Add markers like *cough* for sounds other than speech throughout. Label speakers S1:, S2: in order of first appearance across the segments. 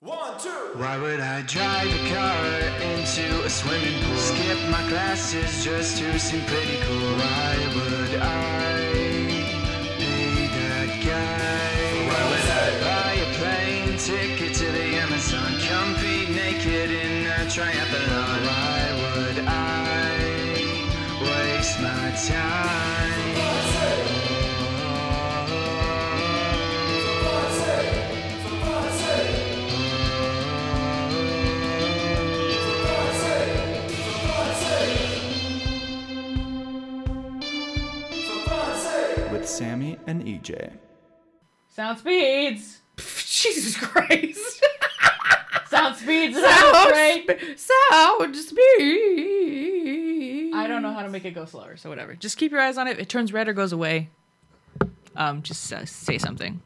S1: One, two.
S2: Why would I drive a car into a swimming pool? Skip my classes just to seem pretty cool. Why would I be that guy? Why would I buy a plane ticket to the Amazon? Compete naked in a triathlon. Why would I waste my time?
S3: with Sammy and E EJ.
S4: Sound speeds.
S5: *laughs* Jesus Christ.
S4: *laughs* Sound speeds. and
S5: Sound,
S4: upgrade.
S5: sp- sound speed.
S4: I don't know how to make it go slower.
S5: So whatever. Just keep your eyes on it. If it turns red or goes away, um, just uh, say something.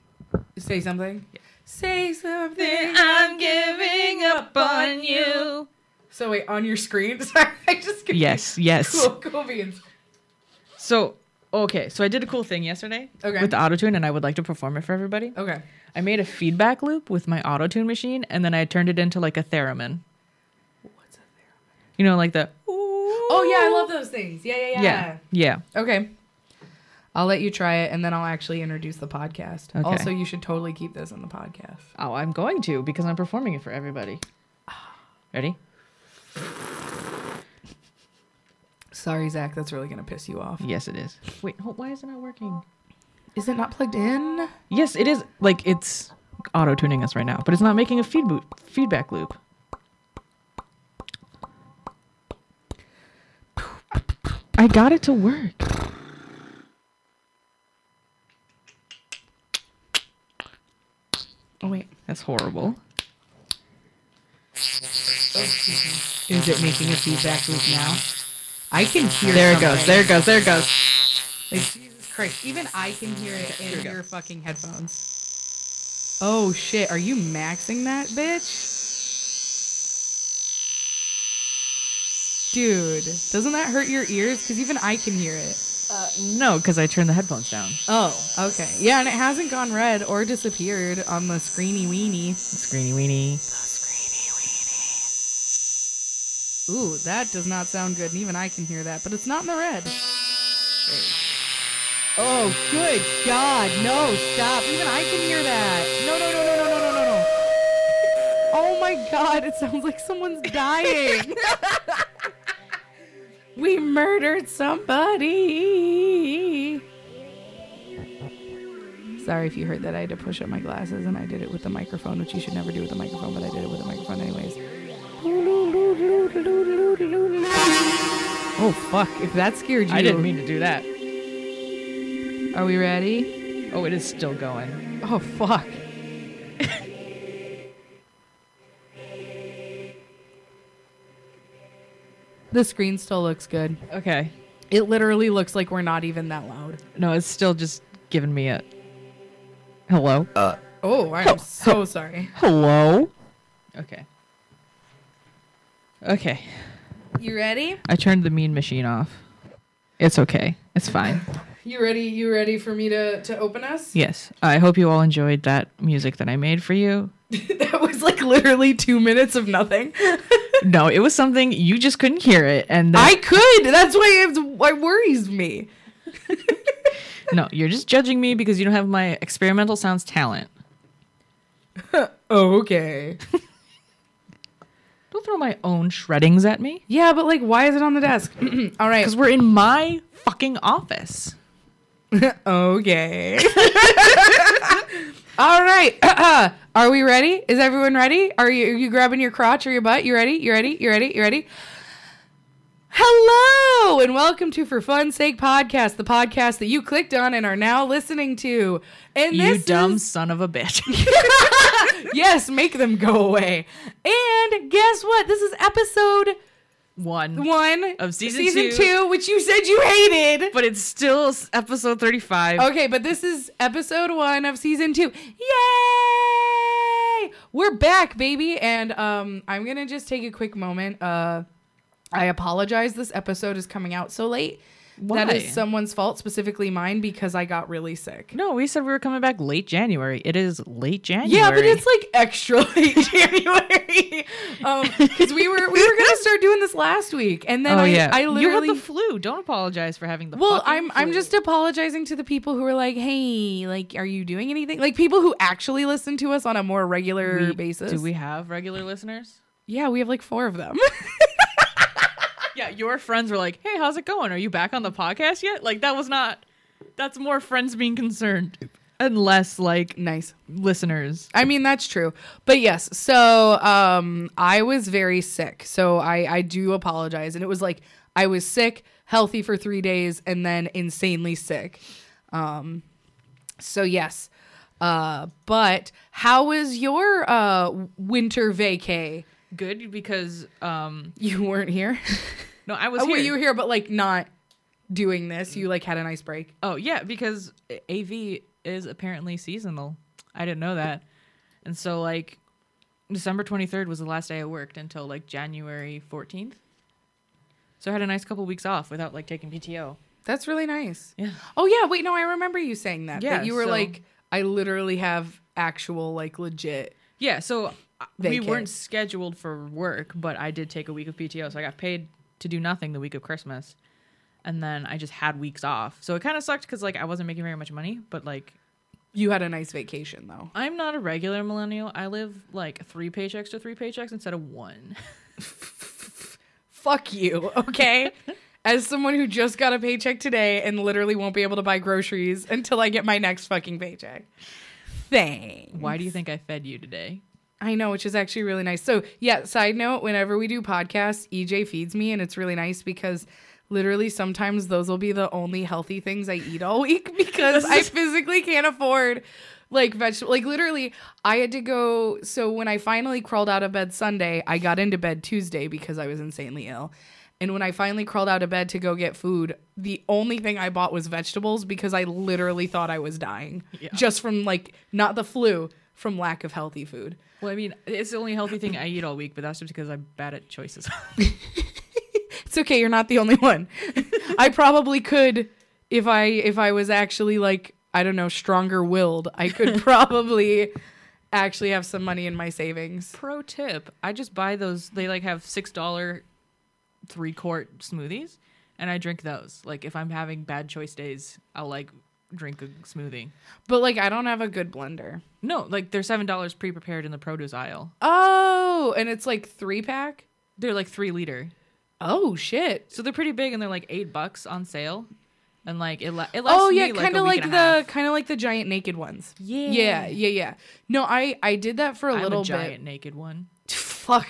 S5: Say something. Say something. I'm giving up on you.
S4: So wait, on your screen. *laughs* Sorry, I just confused.
S5: Yes. Yes.
S4: Cool, cool beans.
S5: So okay. So I did a cool thing yesterday.
S4: Okay.
S5: With the auto tune, and I would like to perform it for everybody.
S4: Okay.
S5: I made a feedback loop with my auto tune machine, and then I turned it into like a theremin.
S4: What's up there?
S5: You know, like the.
S4: Oh yeah, I love those things. Yeah, yeah, yeah.
S5: Yeah. Yeah.
S4: Okay. I'll let you try it, and then I'll actually introduce the podcast.
S5: Okay.
S4: Also, you should totally keep this in the podcast.
S5: Oh, I'm going to because I'm performing it for everybody. Ah. Ready?
S4: Sorry, Zach, that's really gonna piss you off.
S5: Yes, it is. Wait, ho- why is it not working?
S4: Is it not plugged in?
S5: Yes, it is. Like it's auto tuning us right now, but it's not making a feedbo- feedback loop. I got it to work.
S4: Oh wait.
S5: That's horrible.
S4: Is it making a feedback loop now? I can hear.
S5: There it
S4: something.
S5: goes. There it goes. There it goes.
S4: Like, Jesus Christ! Even I can hear it
S5: here we
S4: in
S5: go.
S4: your fucking headphones. Oh shit! Are you maxing that, bitch? Dude, doesn't that hurt your ears? Because even I can hear it.
S5: Uh, No, because I turned the headphones down.
S4: Oh, okay. Yeah, and it hasn't gone red or disappeared on the screeny weenie.
S5: Screeny weenie.
S4: Ooh, that does not sound good, and even I can hear that, but it's not in the red. Oh, good God. No, stop. Even I can hear that. No, no, no, no, no, no, no, no, no. Oh, my God. It sounds like someone's dying. *laughs* we murdered somebody. Sorry if you heard that. I had to push up my glasses, and I did it with the microphone, which you should never do with the microphone, but I did it with the microphone, anyways. Oh, fuck. If that scared you.
S5: I didn't mean to do that.
S4: Are we ready?
S5: Oh, it is still going.
S4: Oh fuck. the screen still looks good.
S5: Okay.
S4: It literally looks like we're not even that loud.
S5: No, it's still just giving me a. Hello?
S4: Oh, *laughs* I'm so sorry.
S5: Hello? Okay. Okay.
S4: You ready?
S5: I turned the mean machine off. It's okay. It's fine.
S4: You ready? You ready for me to to open us?
S5: Yes. I hope you all enjoyed that music that I made for you.
S4: *laughs* that was like literally 2 minutes of nothing.
S5: No, it was something you just couldn't hear it and then,
S4: *laughs* I could. That's why it's why it worries me.
S5: No, you're just judging me because you don't have my experimental sounds talent.
S4: Oh, Okay.
S5: Don't throw my own shreddings at me
S4: Yeah, but like why is it on the desk? *clears throat* All right.
S5: because we're in my fucking office. *laughs*
S4: Okay. All right. *clears throat* Are we ready? Is everyone ready? Are you are you grabbing your crotch or your butt? You ready? You ready? You ready? You ready? Hello and welcome to For Fun's Sake podcast, the podcast that you clicked on and are now listening to. And
S5: You
S4: this
S5: dumb
S4: is- *laughs*
S5: son of a bitch. *laughs*
S4: yes, make them go away. And guess what? This is episode
S5: One.
S4: one
S5: Of season two.
S4: which you said you hated.
S5: But it's still s- episode 35.
S4: Okay, but this is episode one of season two. Yay! We're back, baby, and um, I'm gonna just take a quick moment. Uh, I apologize. This episode is coming out so late. That
S5: Why?
S4: is someone's fault, specifically mine, because I got really sick.
S5: No, we said we were coming back late January. It is late January.
S4: Yeah, but it's like extra *laughs* late January. Um, because we were we were gonna start doing this last week, and then
S5: oh
S4: I,
S5: yeah,
S4: I literally
S5: you have the flu. Don't apologize for having the.
S4: Well,
S5: fucking
S4: I'm I'm
S5: flu.
S4: just apologizing to the people who are like, "Hey, like, are you doing anything?" Like people who actually listen to us on a more regular
S5: We-
S4: basis.
S5: Do we have regular listeners?
S4: Yeah, we have like four of them. *laughs*
S5: Yeah, your friends were like, "Hey, how's it going? Are you back on the podcast yet?" Like that was not. That's more friends being concerned, unless like
S4: nice.
S5: listeners.
S4: I mean, that's true. But yes, so um, I was very sick. So I I do apologize, and it was like I was sick, healthy for three days, and then insanely sick. Um, so yes. Uh, but how was your uh winter vacay?
S5: Good because um
S4: You weren't here. *laughs*
S5: no, I was
S4: Oh,
S5: here.
S4: wait, you were here, but like not doing this. You like had a nice break.
S5: Oh yeah, because AV is apparently seasonal. I didn't know that, and so like December twenty third was the last day I worked until like January fourteenth. So I had a nice couple weeks off without like taking PTO.
S4: That's really nice.
S5: Yeah.
S4: Oh yeah, wait, no, I remember you saying that.
S5: Yeah,
S4: that you were
S5: so-
S4: like, I literally have actual like legit.
S5: Yeah, so uh, we
S4: Vacay.
S5: weren't scheduled for work, but I did take a week of PTO, so I got paid to do nothing the week of Christmas, and then I just had weeks off. So it kind of sucked because like I wasn't making very much money, but like
S4: You had a nice vacation though.
S5: I'm not a regular millennial. I live like three paychecks to three paychecks instead of one.
S4: Fuck you.
S5: *laughs*
S4: Okay. As someone who just got a paycheck today and literally won't be able to buy groceries until I get my next fucking paycheck. Thanks.
S5: Why do you think I fed you today?
S4: I know, which is actually really nice. So, yeah, side note, whenever we do podcasts, EJ feeds me and it's really nice because literally sometimes those will be the only healthy things I eat all *laughs* week because I physically can't afford like vegetable like literally I had to go so when I finally crawled out of bed Sunday, I got into bed Tuesday because I was insanely ill. And when I finally crawled out of bed to go get food, the only thing I bought was vegetables because I literally thought I was dying just from like not the flu, from lack of healthy food.
S5: Well, I mean, it's the only healthy thing I eat all week, but that's just because I'm bad at choices. *laughs*
S4: It's okay, you're not the only one. I probably could if I if I was actually like, I don't know, stronger willed, I
S5: *laughs*
S4: could probably actually have some money in my savings.
S5: Pro tip: I just buy those. They like have six dollar three quart smoothies, and I drink those. Like if I'm having bad choice days, I'll like drink a smoothie.
S4: But like I don't have a good blender.
S5: No, like they're seven dollars pre prepared in the produce aisle.
S4: Oh, and it's like 3 pack?
S5: They're like three liter,
S4: Oh shit.
S5: so they're pretty big, and they're like eight bucks on sale. And like it, la- it lasts
S4: Oh yeah,
S5: me,
S4: kind of
S5: like,
S4: like,
S5: a week and a half.
S4: the kind of like the giant naked ones.
S5: Yeah.
S4: Yeah, yeah, yeah. No, I I did that for a
S5: I'm
S4: little
S5: a
S4: bit.
S5: giant naked one.
S4: fuck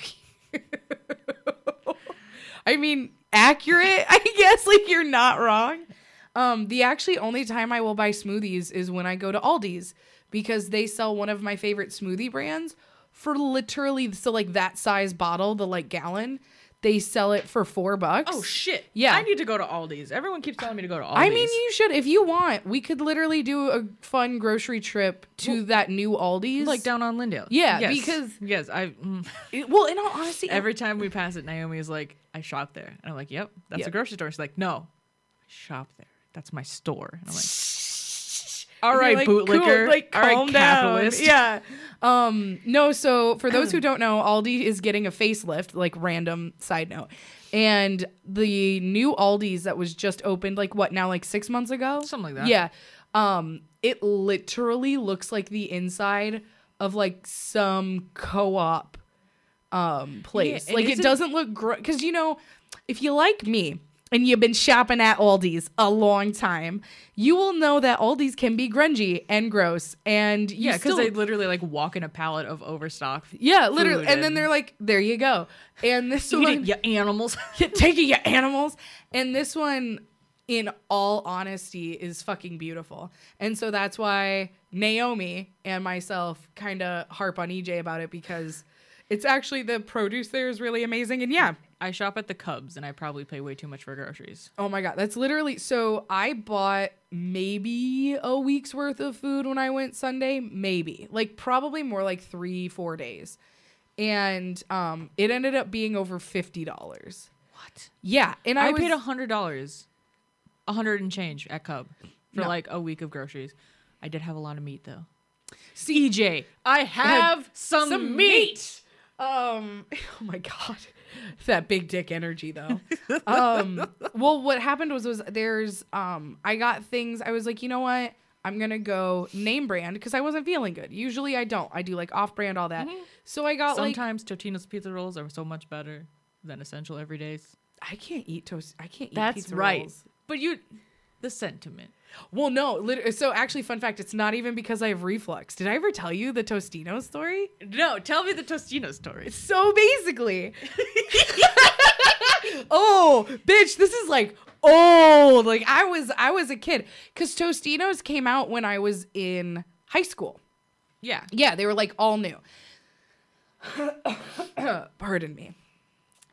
S4: you. I mean, accurate, I guess. Like you're not wrong. Um, the actually only time I will buy smoothies is when I go to Aldi's because they sell one of my favorite smoothie brands for literally so like that size bottle, the like gallon. They sell it for four bucks.
S5: Oh shit!
S4: Yeah.
S5: I need to go to Aldi's. Everyone keeps telling me to go to Aldi's.
S4: I mean, you should if you want. We could literally do a fun grocery trip to that new Aldi's.
S5: like down on Lindale.
S4: Yeah,
S5: Yes.
S4: because-
S5: yes, I mm.
S4: *laughs* It- well, in all honesty,
S5: every time we pass it, Naomi is like, "I shop there," and I'm like, "Yep, that's a
S4: Yep.
S5: grocery store." She's like, "No, I shop there. That's my store." And I'm like,
S4: *laughs*
S5: "All right,
S4: You're
S5: bootlicker.
S4: cool, like,
S5: all right,
S4: calm down.
S5: capitalist.
S4: Yeah. Um, no, so for
S5: *clears throat*
S4: those who don't know, Aldi is getting a facelift, like random side note. And the new Aldi's that was just opened, like what now, like six months ago?
S5: Something like that.
S4: Yeah. Um, it literally looks like the inside of like some co op um place.
S5: and
S4: like it
S5: isn't-
S4: doesn't look great because you know, if you like me and you've been shopping at Aldi's a long time, you will know that Aldi's can be grungy and gross, and you
S5: Yeah, because
S4: still,
S5: they literally like walk in a pallet of overstock.
S4: yeah, literally,
S5: food
S4: and then they're like, there you go, and this
S5: Eat
S4: one, *laughs*
S5: it, *laughs* you animals.
S4: Get- take it, you animals, and this one. In all honesty, is fucking beautiful, and so that's why Naomi and myself kind of harp on EJ about it because it's actually the produce there is really amazing, and yeah,
S5: *laughs* I shop at the Cubs, and I probably pay way too much for groceries.
S4: Oh my god, that's literally so I bought maybe a week's worth of food when I went Sunday, maybe. Like probably more like 3 4 days. And um it ended up being over $50.
S5: What?
S4: Yeah, and I,
S5: I,
S4: was,
S5: paid a hundred dollars a hundred and change at Cub for
S4: No.
S5: like a week of groceries. I did have a lot of meat though. CJ, I have some,
S4: some
S5: meat.
S4: Um, *laughs* oh my god, that big dick energy *laughs* though. um, well, what happened was was there's um, I got things. I was like, you know what? I'm gonna go name brand because I wasn't feeling good. Usually I don't. I do like off brand all that. So I got like
S5: Sometimes Totino's pizza rolls are so much better than Essential Everydays.
S4: I can't eat toast. I can't eat pizza rolls.
S5: But you, the sentiment.
S4: Well, no. Literally, so actually, fun fact: it's not even because I have reflux. Did I ever tell you the Tostino story?
S5: No, tell me the Tostino story.
S4: So basically, *laughs* oh, bitch, this is like old. Like I was, I was a kid because Tostinos came out when I was in high school.
S5: Yeah.
S4: Yeah, they were like all new. *coughs* Pardon me.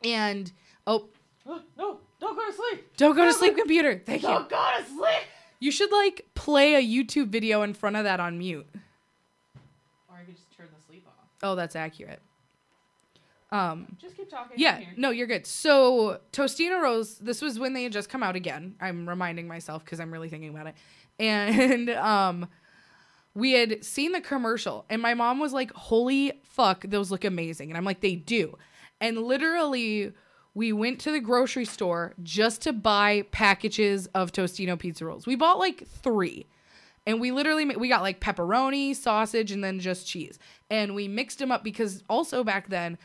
S4: And oh,
S5: No, don't go to sleep.
S4: don't *laughs* go to sleep, computer. Thank you.
S5: go to sleep.
S4: You should like play a YouTube video in front of that on mute.
S5: Or I could just turn the sleep off.
S4: Oh, that's accurate. Um,
S5: Just keep talking.
S4: Yeah, no, you're good. So Tostino Rose, this was when they had just come out again. I'm reminding myself because I'm really thinking about it. *laughs* And um we had seen the commercial and my mom was like, Holy fuck, those look amazing. And I'm like, they do. And literally we went to the grocery store just to buy packages of Tostino pizza rolls. We bought like three and we literally ma- we got like pepperoni, sausage, and then just cheese. And we mixed them up because also back then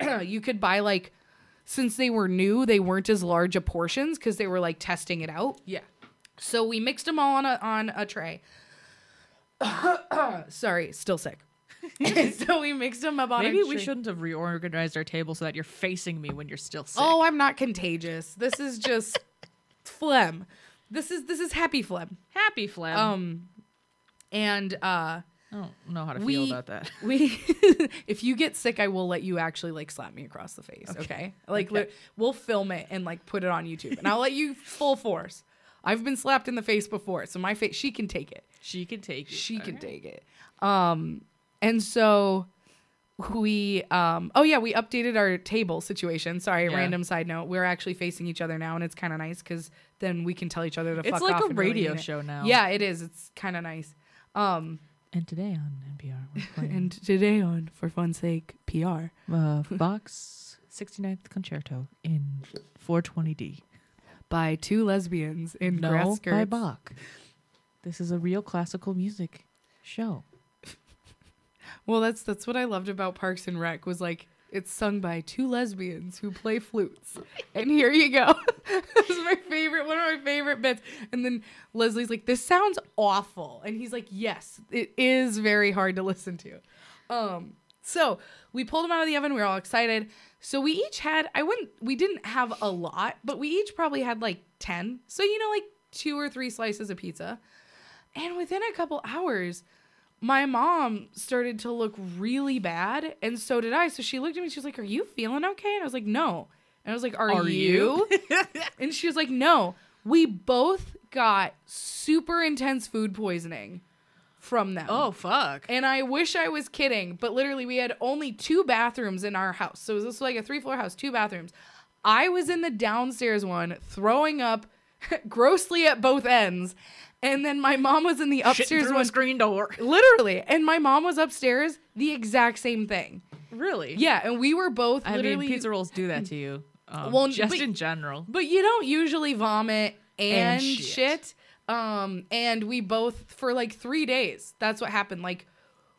S4: uh, you could buy like since they were new, they weren't as large a portions because they were like testing it out.
S5: Yeah.
S4: So we mixed them all on a on a tray. *coughs* Sorry, still sick. *laughs* so we mixed them up on a
S5: Maybe we
S4: tray.
S5: shouldn't have reorganized our table so that you're facing me when you're still sick.
S4: Oh, I'm not contagious. This is just *laughs* phlegm. This is this is happy phlegm.
S5: happy phlegm.
S4: Um and uh
S5: I don't know how to
S4: we-
S5: feel about that.
S4: we *laughs* if you get sick i will let you actually like slap me across the face okay, like li- we'll film it and like put it on youtube and i'll let you full force i've been slapped in the face before so my face she can take it
S5: She can take it.
S4: she
S5: All
S4: can
S5: right.
S4: take it um and so we um oh yeah we updated our table situation sorry
S5: Yeah.
S4: random side note we're actually facing each other now and it's kind of nice because then we can tell each other to
S5: It's
S4: fuck
S5: like
S4: off
S5: a
S4: and really
S5: radio
S4: mean it.
S5: show now.
S4: yeah it is it's kind of nice um
S5: And today on NPR,
S4: *laughs*
S5: we're playing
S4: and today on for fun's sake pr
S5: uh, Bach's 69th Concerto in 420D.
S4: by two lesbians in grass
S5: No,
S4: skirts.
S5: by Bach. This is a real classical music show.
S4: Well, that's that's what I loved about Parks and Rec was like it's sung by two lesbians who play flutes. And here you go. *laughs* this is my favorite one of my favorite bits. And then Leslie's like, "This sounds awful," and he's like, "Yes, it is very hard to listen to." Um, so we pulled them out of the oven. We were all excited. So we each had I wouldn't we didn't have a lot, but we each probably had like ten. So you know, like two or three slices of pizza. And within a couple hours, my mom started to look really bad, and so did I. So she looked at me, she was like, Are you feeling okay? And I was like, No. And I was like, Are,
S5: Are
S4: you? *laughs* and she was like, No. We both got super intense food poisoning from them.
S5: Oh, fuck.
S4: And I wish I was kidding, but literally, we had only two bathrooms in our house. So this was like a three floor house, two bathrooms. I was in the downstairs one, throwing up *laughs* grossly at both ends. And then my mom was in the upstairs one,
S5: screen door.
S4: literally. And my mom was upstairs, the exact same thing.
S5: *laughs* Really?
S4: Yeah. And we were both
S5: I
S4: literally. Mm.
S5: mean, pizza rolls do that to you. Um,
S4: Well,
S5: just
S4: but-
S5: in general.
S4: But you don't usually vomit and,
S5: And shit.
S4: shit. Um, and we both, for like three days, that's what happened. Like,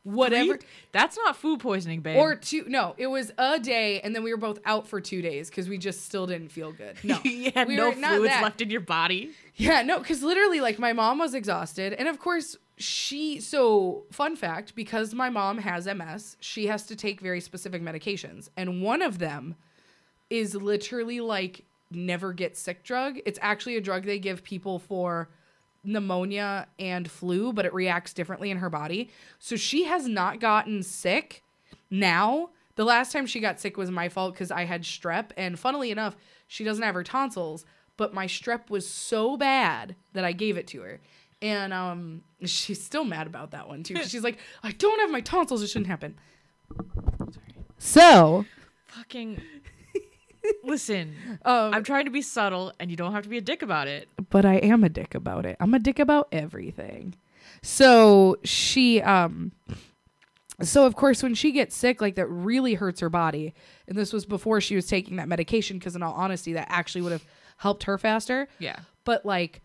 S4: whatever.
S5: Three- That's not food poisoning, babe.
S4: Or two? No, it was a day, and then we were both out for two days because we just still didn't feel good. *laughs* No,
S5: *laughs* you had
S4: we
S5: no
S4: were- not
S5: fluids
S4: that.
S5: left in your body.
S4: Yeah, no, because literally, like my mom was exhausted, and of course she. So fun fact, because my mom has MS, she has to take very specific medications, and one of them is literally like never get sick drug. It's actually a drug they give people for pneumonia and flu, but it reacts differently in her body. So she has not gotten sick now. The last time she got sick was my fault because I had strep. And funnily enough, she doesn't have her tonsils, but my strep was so bad that I gave it to her. And um, *laughs* she's still mad about that one too. 'cause She's like, I don't have my *laughs* tonsils. It shouldn't happen. So
S5: Fucking Listen,
S4: Um,
S5: I'm trying to be subtle, and you don't have to be a dick about it.
S4: but I am a dick about it. I'm a dick about everything. So she um so of course when she gets sick like that really hurts her body and this was before she was taking that medication because in all honesty that actually would have helped her faster
S5: Yeah.
S4: but like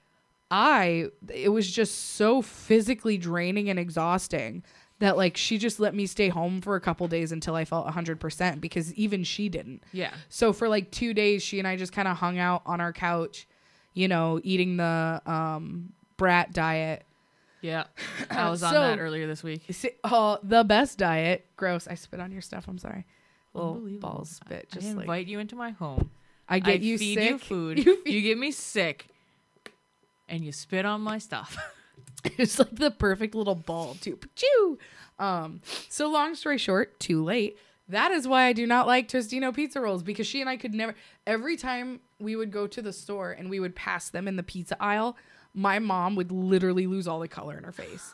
S4: I it was just so physically draining and exhausting that like she just let me stay home for a couple days until I felt 100% because even she didn't.
S5: Yeah.
S4: So for like 2 days she and I just kind of hung out on our couch, you know, eating the um brat diet.
S5: Yeah. *coughs* I was on
S4: So-
S5: that earlier this week.
S4: Is it- Oh, the best diet. Gross. I spit on your stuff. I'm sorry. Little
S5: Unbelievable.
S4: ball spit.
S5: I
S4: Just
S5: invite
S4: like
S5: you into my home.
S4: I get
S5: I
S4: you
S5: feed
S4: sick. *laughs*
S5: you
S4: You
S5: food. You,
S4: feed-
S5: get me sick, and you spit on my stuff. *laughs*
S4: *laughs* it's like the perfect little ball too. Pachoo! Um, so long story short, too late. That is why I do not like Tostino pizza rolls because she and I could never. Every time we would go to the store and we would pass them in the pizza aisle, my mom would literally lose all the color in her
S5: *laughs*
S4: face.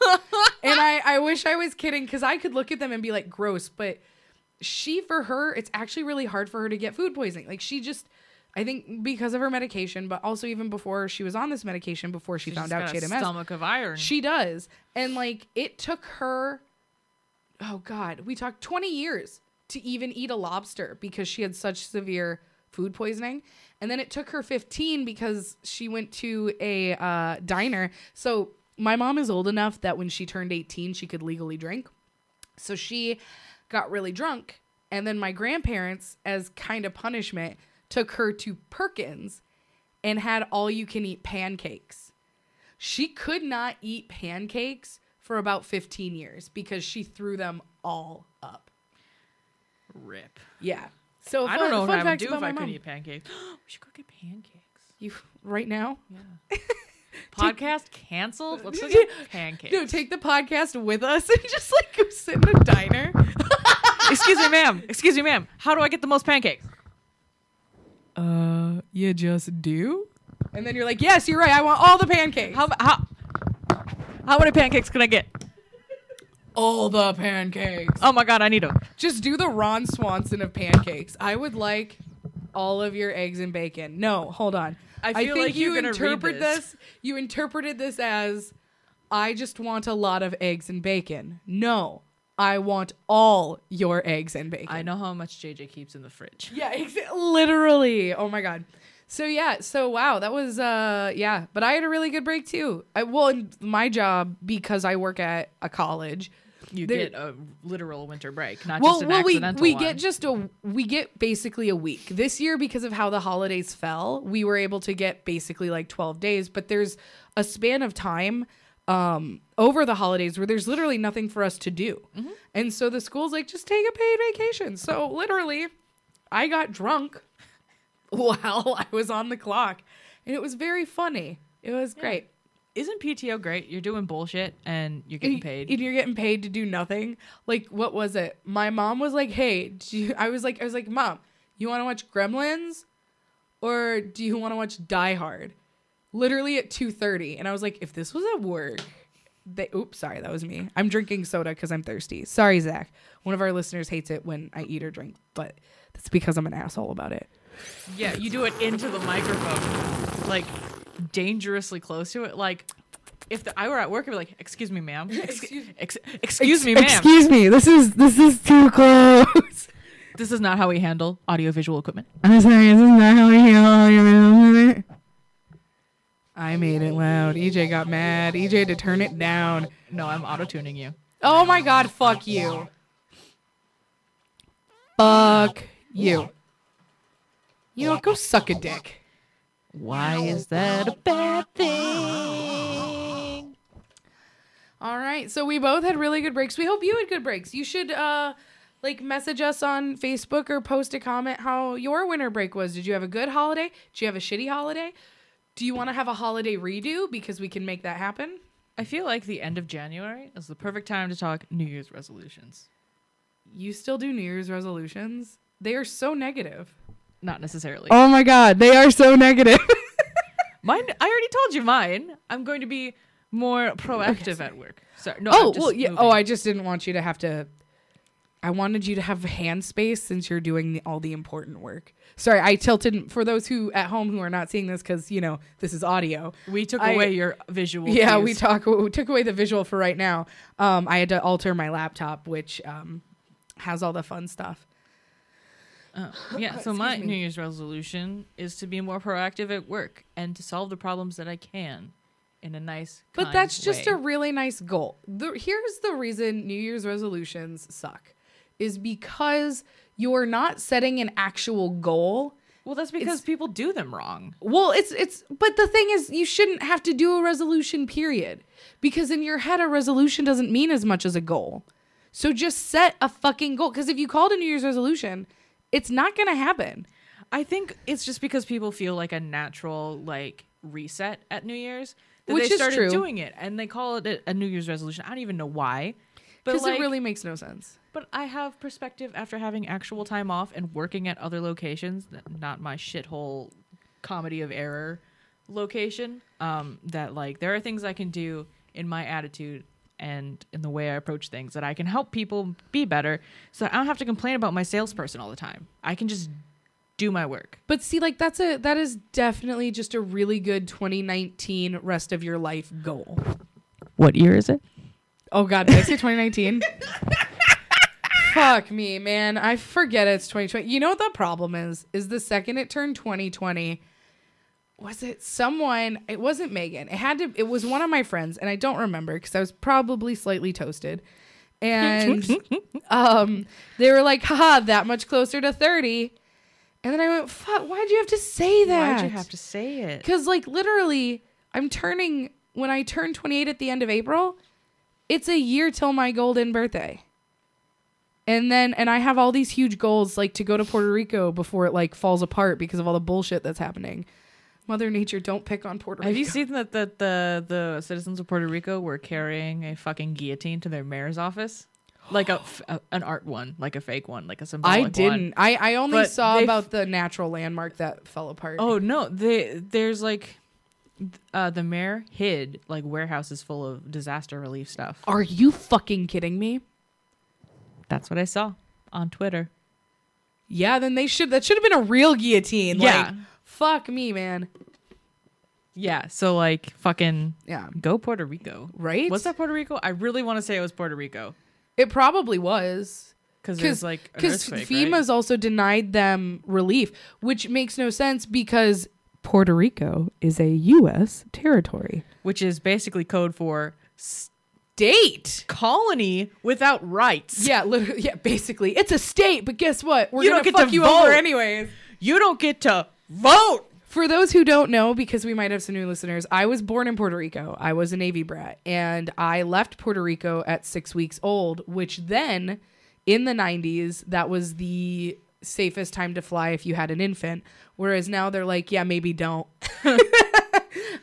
S4: and I, I wish I was kidding because I could look at them and be like, gross. But she, for her, it's actually really hard for her to get food poisoning. Like she just, I think because of her medication, but also even before she was on this medication, before she,
S5: She's
S4: found
S5: just
S4: out
S5: got
S4: she had
S5: a
S4: MS,
S5: stomach of iron.
S4: she does. And like it took her oh god, we talked 20 years to even eat a lobster because she had such severe food poisoning. And then it took her 15 because she went to a uh, diner. So my mom is old enough that when she turned 18, she could legally drink. So she got really drunk. And then my grandparents, as kind of punishment, took her to Perkins and had all you can eat pancakes. She could not eat pancakes for about 15 years because she threw them all up.
S5: Rip.
S4: Yeah. So
S5: I don't know what I would
S4: fact
S5: do
S4: about
S5: if
S4: my
S5: I could
S4: mom.
S5: eat pancakes. *gasps* we should go get pancakes.
S4: You right now?
S5: *laughs*
S4: *laughs*
S5: Podcast canceled. Let's go get pancakes.
S4: No, take the podcast with us and *laughs* just like go sit in a
S5: *laughs*
S4: diner.
S5: Excuse me, ma'am. Excuse me, ma'am. How do I get the most pancakes?
S4: Uh, you just do? And then you're like, yes, you're right. I want all the pancakes.
S5: How how how many pancakes can I get?
S4: all the pancakes.
S5: Oh my god, I need them.
S4: Just do the Ron Swanson of pancakes. I would like all of your eggs and bacon. No, hold on.
S5: I feel like you're gonna read this.
S4: You interpreted this as I just want a lot of eggs and bacon. No, I want all your eggs and bacon.
S5: I know how much JJ keeps in the fridge.
S4: Yeah, ex- literally. Oh my god. So yeah, so wow, that was uh yeah, but I had a really good break too. I well, in my job because I work at a college.
S5: You
S4: There-
S5: get a literal winter break, not
S4: well,
S5: just an
S4: well we
S5: accidental
S4: we
S5: one.
S4: get just a we get basically a week. This year because of how the holidays fell, we were able to get basically like 12 days, but there's a span of time um over the holidays where there's literally nothing for us to do.
S5: Mm-hmm.
S4: And so the school's like just take a paid vacation. So literally I got drunk *laughs* while I was on the clock and it was very funny. It was great.
S5: Isn't PTO great? You're doing bullshit and you're getting
S4: And-
S5: paid.
S4: and you're getting paid to do nothing like what was it my mom was like hey do you, i was like i was like mom you want to watch gremlins or do you want to watch die hard literally at 2.30 and i was like if this was at work they oops sorry that was me i'm drinking soda because i'm thirsty sorry zach one of our listeners hates it when i eat or drink but that's because i'm an asshole about it
S5: yeah, you do it into the microphone, like dangerously close to it. Like if the, I were at work, I'd be like, "Excuse me, *laughs* ma'am. Excuse, ex- excuse me, ma'am.
S4: excuse me this is this is too close *laughs*
S5: this is not how we handle audiovisual equipment."
S4: I'm sorry, this is not how we handle it. I made it loud. EJ got mad. EJ had to turn it down.
S5: No, I'm auto tuning you.
S4: Oh my god, fuck you. Fuck you. You know, what? go suck a dick.
S5: Why is that a bad thing?
S4: All right. So we both had really good breaks. We hope you had good breaks. You should uh like message us on Facebook or post a comment how your winter break was. Did you have a good holiday? Did you have a shitty holiday? Do you want to have a holiday redo because we can make that happen?
S5: I feel like the end of January is the perfect time to talk New Year's resolutions.
S4: you still do New Year's resolutions? They are so negative.
S5: Not necessarily.
S4: Oh my God, they are so negative. *laughs*
S5: Mine, I already told you mine. I'm going to be more proactive at work. Sorry. No,
S4: oh
S5: I'm just
S4: well, yeah.
S5: moving.
S4: Oh, I just didn't want you to have to. I wanted you to have hand space since you're doing the, all the important work. Sorry, I tilted for those who at home who are not seeing this because you know this is audio.
S5: We took
S4: I-
S5: away your
S4: *laughs*
S5: visual.
S4: Yeah,
S5: cues.
S4: we talk we took away the visual for right now. Um, I had to alter my laptop, which um, has all the fun stuff.
S5: Yeah, so
S4: Oh, Excuse
S5: my
S4: me.
S5: New Year's resolution is to be more proactive at work and to solve the problems that I can in a nice
S4: But
S5: kind
S4: that's just
S5: way.
S4: a really nice goal. The, here's the reason New Year's resolutions suck is because you're not setting an actual goal.
S5: Well, that's because people do them wrong.
S4: Well, it's it's but the thing is you shouldn't have to do a resolution period because in your head a resolution doesn't mean as much as a goal. So just set a fucking goal because if you called a New Year's resolution, it's not going to happen.
S5: I think it's just because people feel like a natural like reset at New Year's that
S4: Which
S5: they
S4: is
S5: started
S4: true.
S5: doing it and they call it a- a New Year's resolution. I don't even know why. But
S4: Because
S5: like,
S4: it really makes no sense.
S5: but I have perspective after having actual time off and working at other locations, n- not my shithole comedy of error location. Um, that like there are things I can do in my attitude and in the way I approach things that I can help people be better, so I don't have to complain about my salesperson all the time. I can just do my work.
S4: But see, like that's a that is definitely just a really good 2019 rest of your life goal.
S5: What year is it?
S4: Oh God, did I say
S5: *laughs*
S4: 2019? Fuck me, man. I forget it's 2020. You know what the problem is? Is the second it turned 2020, was it someone? It wasn't Megan. It had to. It was one of my friends, and I don't remember because I was probably slightly toasted.
S5: *laughs*
S4: And um, they were like, "Haha, that much closer to 30." And then I went, "Fuck! Why'd you have to say that?
S5: Why'd you have to say it?
S4: Because like literally, I'm turning when I turn 28 at the end of April. It's a year till my golden birthday. And then and I have all these huge goals like to go to Puerto Rico before it like falls apart because of all the bullshit that's happening. Mother Nature, don't pick on Puerto Rico.
S5: Have you seen that the, the the citizens of Puerto Rico were carrying a fucking guillotine to their mayor's office? Like a, f- a- an art one, like a fake one, like a symbolic
S4: I
S5: one.
S4: didn't. I, I only
S5: But
S4: saw
S5: they-
S4: about the natural landmark that fell apart.
S5: Oh no, they there's like th- uh the mayor hid like warehouses full of disaster relief stuff.
S4: Are you fucking kidding me?
S5: That's what I saw on Twitter.
S4: Yeah, then they should that should have been a real guillotine. Yeah.
S5: Yeah.
S4: fuck me, man.
S5: Yeah, so like fucking
S4: Yeah.
S5: go Puerto Rico.
S4: Right?
S5: Was that Puerto Rico? I really want to say it was Puerto Rico
S4: It probably was.
S5: cuz there's like an
S4: because
S5: earthquake,
S4: FEMA's
S5: right?
S4: also denied them relief, which makes no sense because Puerto Rico is a U.S. territory.
S5: which is basically code for
S4: Date.
S5: colony without rights.
S4: Yeah, literally, *laughs* yeah, basically, it's a state. But guess what? We're
S5: You
S4: gonna
S5: don't get
S4: fuck
S5: to
S4: you
S5: vote.
S4: over anyways.
S5: You don't get to vote.
S4: For those who don't know, because we might have some new listeners, I was born in Puerto Rico. I was a Navy brat, and I left Puerto Rico at six weeks old, which then in the 90s, that was the safest time to fly if you had an infant. Whereas now they're like, yeah, maybe don't.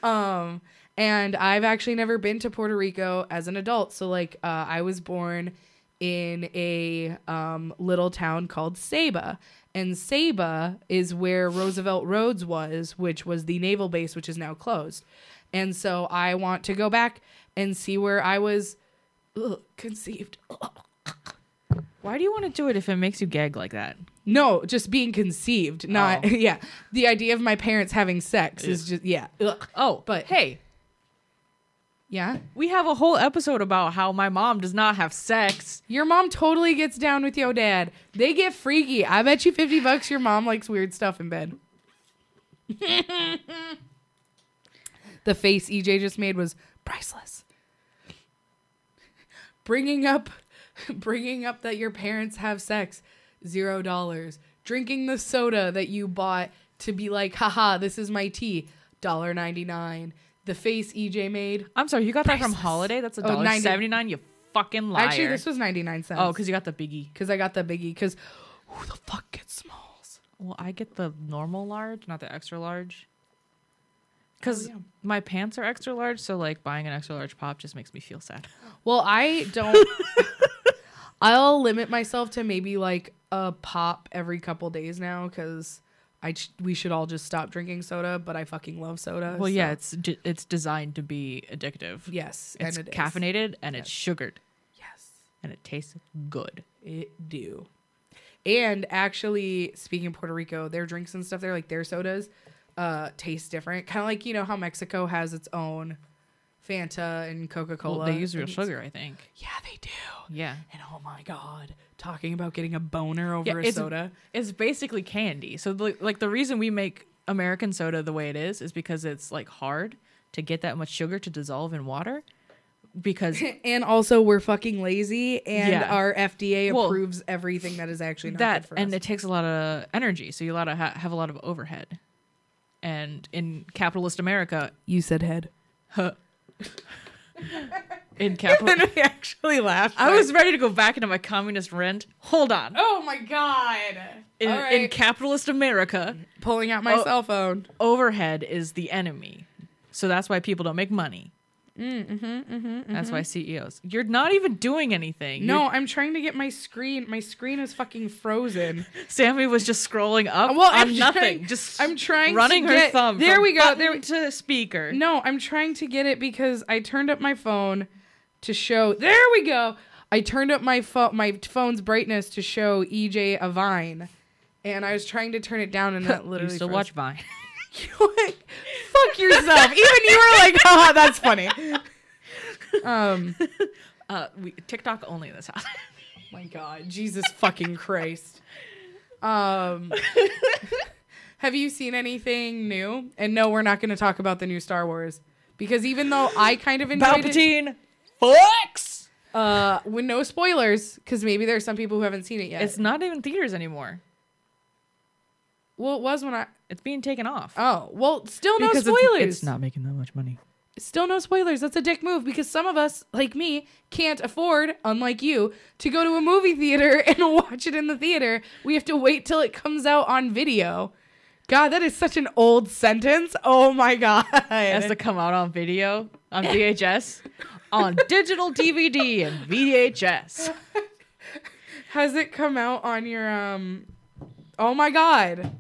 S4: um, and I've actually never been to Puerto Rico as an adult. So, like, uh, I was born in a um, little town called Saba. And Saba is where Roosevelt Roads was, which was the naval base, which is now closed. And so I want to go back and see where I was ugh, conceived. *clears throat*
S5: Why do you want to do it if it makes you gag like that?
S4: No, just being conceived, not
S5: Oh.
S4: *laughs* yeah. The idea of my parents having sex is just yeah. Ugh.
S5: Oh,
S4: But-
S5: hey,
S4: Yeah.
S5: we have a whole episode about how my mom does not have sex.
S4: Your mom totally gets down with your dad. They get freaky. I bet you 50 bucks your mom likes weird stuff in bed. *laughs* the face EJ just made was priceless. Bringing up *laughs* bringing up that your parents have sex, 0 dollars. Drinking the soda that you bought to be like, "Haha, this is my tea." $1.99. The face EJ made.
S5: I'm sorry, you got that from
S4: Priceless.
S5: Holiday? That's a
S4: Oh,
S5: dollar
S4: 90.
S5: seventy nine. You fucking liar.
S4: Actually, this was 99 cents.
S5: oh, because you got the biggie.
S4: because I got the biggie. Because who the fuck gets smalls?
S5: Well, I get the normal large, not the extra large. Because my pants are extra large, so like buying an extra large pop just makes me feel sad.
S4: Well, I don't.
S5: *laughs*
S4: I'll limit myself to maybe like a pop every couple days now because I sh- we should all just stop drinking soda. But I fucking love soda.
S5: Well, yeah,
S4: so-
S5: it's d- it's designed to be addictive.
S4: yes,
S5: it's
S4: and it is.
S5: caffeinated and it's sugared
S4: Yes,
S5: and it tastes good. it do.
S4: And actually, speaking of Puerto Rico, their drinks and stuff, they're like their sodas uh, taste different. Kind of like, you know, how Mexico has its own Fanta and Coca Cola.
S5: Well, they use real sugar, I think.
S4: Yeah, they do.
S5: Yeah.
S4: And oh my God, talking about getting a boner over
S5: Yeah,
S4: a
S5: it's-
S4: soda.
S5: It's basically candy. So the, like the reason we make American soda the way it is is because it's like hard to get that much sugar to dissolve in water *laughs* because
S4: And also, we're fucking lazy, and
S5: Yeah.
S4: our FDA
S5: Well,
S4: approves everything that is actually not good
S5: that
S4: for
S5: and
S4: us.
S5: it takes a lot of energy. So you a lot of ha- have a lot of overhead. And in capitalist America,
S4: you said *laughs* head.
S5: *laughs* in capital
S4: we actually laughed.
S5: I was ready to go back into my communist rent. Hold on.
S4: *laughs* Oh my god!
S5: In,
S4: All
S5: in
S4: right.
S5: capitalist America,
S4: pulling out my
S5: Oh.
S4: cell phone.
S5: overhead is the enemy. So that's why people don't make money.
S4: Mm, mm-hmm,
S5: That's why CEOs. You're not even doing anything.
S4: No,
S5: You're-
S4: I'm trying to get my screen. My screen is fucking frozen.
S5: Sammy was just scrolling up
S4: *laughs* Well,
S5: on
S4: I'm
S5: nothing.
S4: trying-
S5: just
S4: I'm trying to
S5: running her
S4: get-
S5: thumb.
S4: there
S5: from
S4: we go, there
S5: button to speaker.
S4: No, I'm trying to get it because I turned up my phone to show. There we go. I turned up my phone, my phone's brightness to show EJ a vine, and I was trying to turn it down, and that
S5: *laughs* you
S4: literally
S5: still
S4: froze. *laughs*
S5: watch Vine.
S4: like, fuck yourself. Even you were like, *laughs* haha, that's funny.
S5: *laughs*
S4: Um,
S5: Uh, we, TikTok only in this house.
S4: my God, Jesus fucking Christ.
S5: *laughs*
S4: Um, have you seen anything new? And no, we're not going to talk about the new Star Wars because even though I kind of enjoyed it,
S5: *laughs* Palpatine, fucks.
S4: uh, with no spoilers, because maybe there's some people who haven't seen it yet.
S5: It's not even theaters anymore.
S4: well, it was when I.
S5: It's being taken off.
S4: Oh, well, still no
S5: Because it's-
S4: spoilers.
S5: It's, not making that much money.
S4: still no spoilers. That's a dick move because some of us, like me, can't afford, unlike you, to go to a movie theater *laughs* and watch it in the theater. We have to wait till it comes out on video. God, that is such an old sentence. Oh my God.
S5: It has to come out on video, *laughs* on VHS, on digital DVD and *laughs* VHS.
S4: Has it come out on your um Oh my God.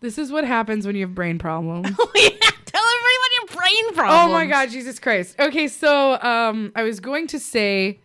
S4: This is what happens when you have brain problems.
S5: Oh, Tell everyone your brain
S4: Oh
S5: problem.
S4: my God, Jesus Christ. Okay, so um I was going to say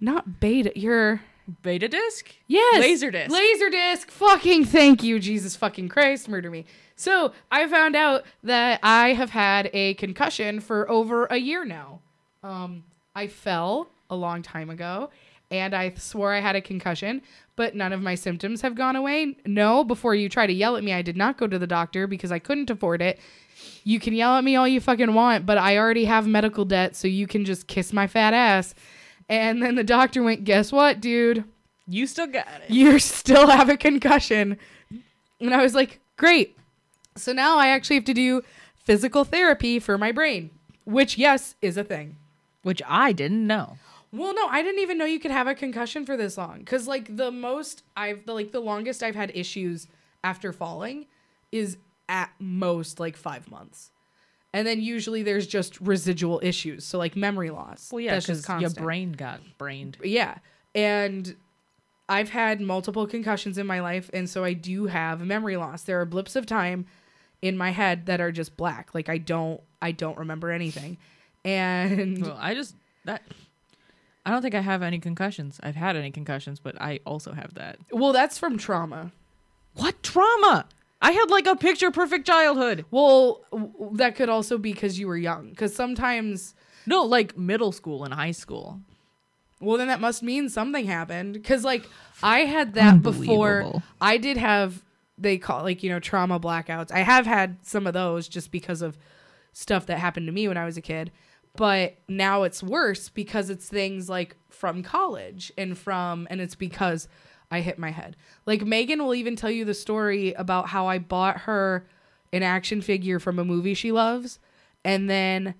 S4: not beta. You're
S5: Beta disc?
S4: Yes.
S5: Laserdisc.
S4: Laserdisc. Fucking thank you, Jesus fucking Christ. Murder me. So I found out that I have had a concussion for over a year now. Um, I fell a long time ago and I swore I had a concussion, but none of my symptoms have gone away. No, before you try to yell at me, I did not go to the doctor because I couldn't afford it. You can yell at me all you fucking want, but I already have medical debt, so you can just kiss my fat ass. And then the doctor went, Guess what, dude?
S5: You still got it.
S4: you still have a concussion. And I was like, great. So now I actually have to do physical therapy for my brain, which, yes, is a thing.
S5: Which I didn't know.
S4: Well, no, I didn't even know you could have a concussion for this long. Cause like the most I've the like the longest I've had issues after falling is at most like five months. And then usually there's just residual issues. So like memory loss.
S5: Well, yeah,
S4: that's just
S5: because your
S4: constant.
S5: brain got brained.
S4: Yeah. And I've had multiple concussions in my life. And so I do have memory loss. There are blips of time in my head that are just black. Like I don't, I don't remember anything. And *laughs*
S5: Well, I just that. I don't think I have any concussions. I've had any concussions, but I also have that.
S4: well, that's from trauma.
S5: What trauma? I had like a picture perfect childhood.
S4: Well, w- that could also be because you were young. Because sometimes,
S5: No, like middle school and high school.
S4: well, then that must mean something happened. Because like I had that before.
S5: Unbelievable.
S4: I did have they call it, like you know trauma blackouts. I have had some of those just because of stuff that happened to me when I was a kid. But now it's worse because it's things like from college and from and it's because I hit my head. Like Megan will even tell you the story about how I bought her an action figure from a movie she loves and then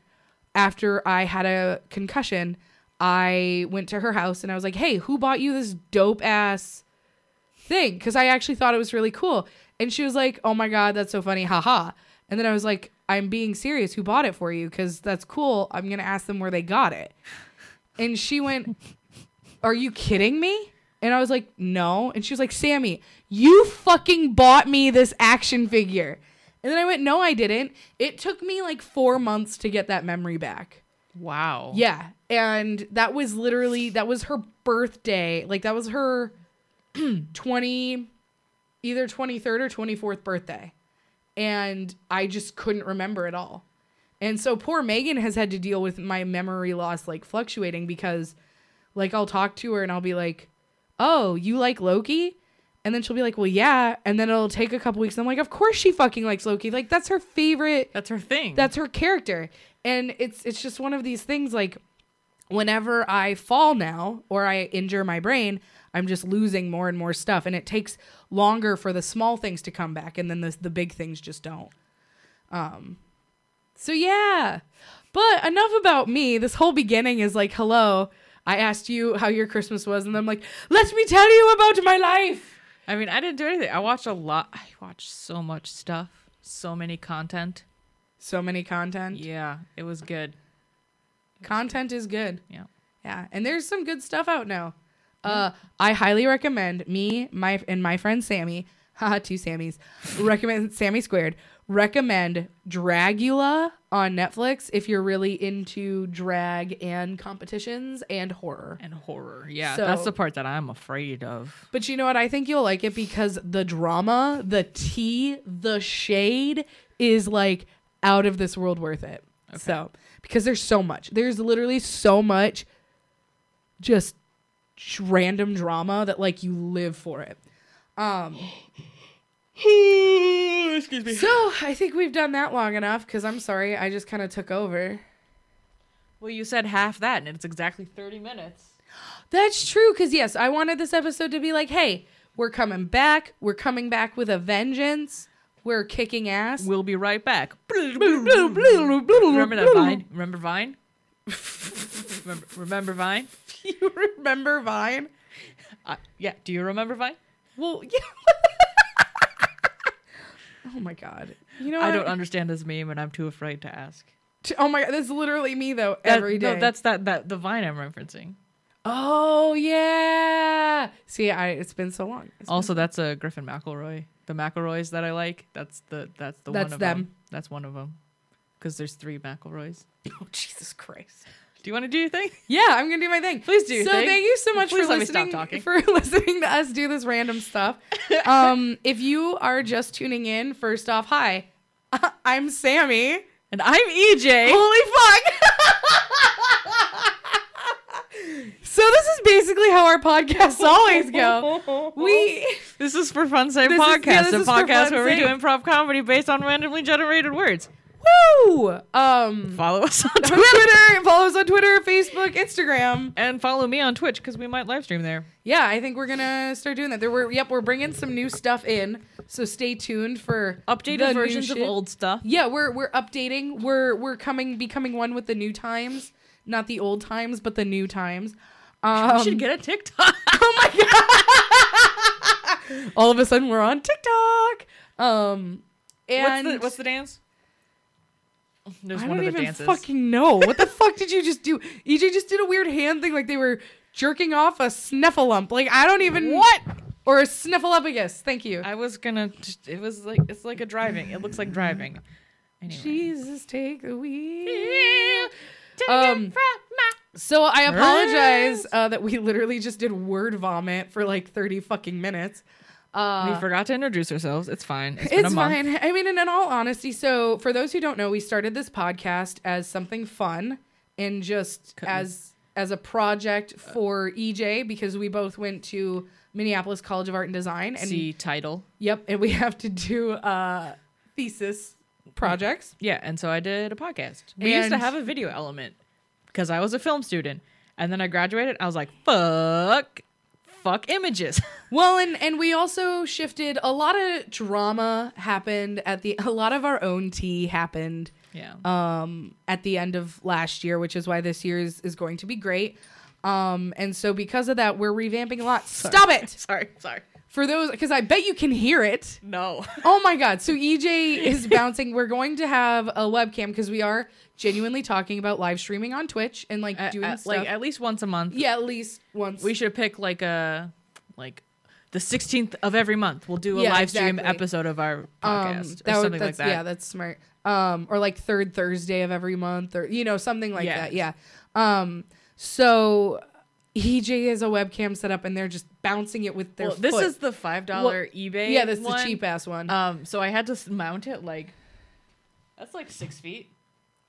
S4: after I had a concussion, I went to her house and I was like, "Hey, who bought you this dope ass thing because I actually thought it was really cool. And she was like, "Oh my god, that's so funny, haha." And then I was like, "I'm being serious. Who bought it for you? Because that's cool. I'm gonna ask them where they got it." And she went, "Are you kidding me?" And I was like, "No." And she was like, "Sammy, you fucking bought me this action figure." And then I went, "No, I didn't. It took me like four months to get that memory back."
S5: Wow.
S4: Yeah. And that was literally that was her *clears throat* birthday. Like that was her 20 either 23rd or 24th birthday and i just couldn't remember it all and so poor megan has had to deal with my memory loss like fluctuating because like i'll talk to her and i'll be like oh you like loki and then she'll be like well yeah and then it'll take a couple weeks and i'm like of course she fucking likes loki like that's her favorite
S5: That's her thing.
S4: that's her character and it's it's just one of these things like whenever i fall now or i injure my brain i'm just losing more and more stuff and it takes longer for the small things to come back and then the, the big things just don't um so yeah but enough about me this whole beginning is like hello i asked you how your christmas was and i'm like let me tell you about my life
S5: I mean, I didn't do anything. I watched a lot. I watched so much stuff, so many content.
S4: so many content
S5: Yeah, it was good.
S4: content is good
S5: Yeah.
S4: Yeah, and there's some good stuff out now. Uh, I highly recommend me, my and my friend Sammy, *laughs* haha, two Sammys, recommend *laughs* Sammy Squared. Recommend Dragula on Netflix if you're really into drag and competitions and horror.
S5: And horror. Yeah,
S4: So-
S5: that's the part that I'm afraid of.
S4: But you know what? I think you'll like it because the drama, the tea, the shade is like out of this world worth it. So, because there's so much. There's literally so much just sh- random drama that like you live for it. Um
S5: Excuse me.
S4: so I think we've done that long enough cuz I'm sorry I just kind of took over.
S5: Well, you said half that, and it's exactly 30 minutes.
S4: That's true. Because, yes, I wanted this episode to be like, hey, we're coming back. We're coming back with a vengeance. We're kicking ass.
S5: We'll be right back. Remember
S4: Remember
S5: that Vine? Remember Vine? remember, remember Vine?
S4: *laughs* You remember Vine?
S5: Uh, yeah. Do you remember Vine?
S4: Well, yeah. *laughs* oh my god. You know
S5: I
S4: what?
S5: don't understand this meme, and I'm too afraid to ask.
S4: T- Oh my god, that's literally me though.
S5: That-
S4: every day.
S5: No, that's that, that the Vine I'm referencing.
S4: Oh yeah. See, I it's been so long. It's
S5: Also, that's a Griffin McElroy. The McElroys that I like. That's the that's the
S4: That's
S5: one of
S4: them.
S5: That's one of them. Because there's three McElroys.
S4: been- oh *laughs* Jesus Christ.
S5: Do you want to do your thing?
S4: Yeah, I'm gonna do my thing.
S5: Please do your
S4: So
S5: thing.
S4: thank you so much
S5: Please
S4: for
S5: let me stop
S4: listening
S5: talking.
S4: for *laughs* listening to us do this random
S5: *laughs*
S4: stuff. Um, if you are just tuning in, first off, hi, *laughs* I'm Sammy.
S5: And I'm
S4: Oh.
S5: E EJ.
S4: Holy fuck! *laughs* so this is basically how our
S5: *laughs*
S4: podcasts always go. We
S5: This is for Fun Say
S4: This is- yeah,
S5: Podcast,
S4: this
S5: a
S4: is for
S5: podcast
S4: Fun
S5: where we do
S4: Save.
S5: improv comedy based on randomly generated words.
S4: woo. Um, *laughs*
S5: Follow us on
S4: on
S5: Twitter
S4: Twitter, follow us on Twitter, Facebook, Instagram.
S5: and follow me on Twitch because we might live stream there.
S4: Yeah, I think we're gonna start doing that. There, we're yep, we're bringing some new stuff in. So stay tuned for the
S5: Updated
S4: new
S5: versions of
S4: shit.
S5: old stuff.
S4: Yeah, we're we're updating. We're we're coming becoming one with the new times, not the old times, but the new times. Um, oh
S5: we
S4: *laughs*
S5: should get a TikTok.
S4: *laughs* all of a sudden we're on TikTok. Um,
S5: what's,
S4: and
S5: the, what's the dance? There's
S4: I
S5: one
S4: don't
S5: of the
S4: even
S5: dances.
S4: fucking know. What the fuck did you just do? EJ just did a weird hand thing, like they were jerking off a sniffleump. Like I don't even
S5: What?
S4: or a sniffleupagus. Thank you.
S5: I was gonna. just- It was like it's like a driving. It looks like driving. Anyway.
S4: Jesus, take the wheel.
S5: Take
S4: Um,
S5: it from my-
S4: So I apologize uh, that we literally just did word vomit for like thirty fucking minutes. Uh,
S5: we forgot to introduce ourselves. It's fine. It's, been a
S4: It's
S5: month.
S4: fine. I mean, and in all honesty, so for those who don't know, we started this podcast as something fun and just
S5: Cut me.
S4: as as a project
S5: Uh.
S4: for EJ because we both went to Minneapolis College of Art and Design and
S5: See title.
S4: yep, and we *laughs* have to do uh thesis
S5: Mm-hmm.
S4: projects.
S5: Yeah, and so I did a podcast. We used to
S4: And-
S5: have a video element because I was a film student, and then I graduated. I was like, fuck, fuck images. *laughs*
S4: Well, and and we also shifted a lot of drama happened at the a lot of our own tea happened
S5: yeah.
S4: um, at the end of last year, which is why this year is, is going to be great. Um, and so because of that, we're revamping a lot. Stop it
S5: *laughs* sorry. Sorry.
S4: for those because I bet you can hear it. *laughs*
S5: No.
S4: Oh my god! So EJ
S5: *laughs*
S4: is bouncing. We're going to have a webcam because we are genuinely talking about live streaming on Twitch and like
S5: At-
S4: doing
S5: at-
S4: stuff.
S5: like at least once a month.
S4: yeah, at least once.
S5: We should pick like a like the 16th of every month. We'll do a
S4: Yeah,
S5: live stream
S4: exactly.
S5: episode of our
S4: um,
S5: podcast
S4: that
S5: or
S4: would-
S5: something like
S4: that's-
S5: that.
S4: Yeah, that's smart. Um, or like third Thursday of every month, or you know something like
S5: Yeah.
S4: that. Yeah. Um, so EJ has a webcam set up and they're just bouncing it with their
S5: Well, this
S4: foot.
S5: is the five dollar eBay.
S4: yeah, that's
S5: one.
S4: the cheap ass one.
S5: Um, so I had to s- mount it like that's like six feet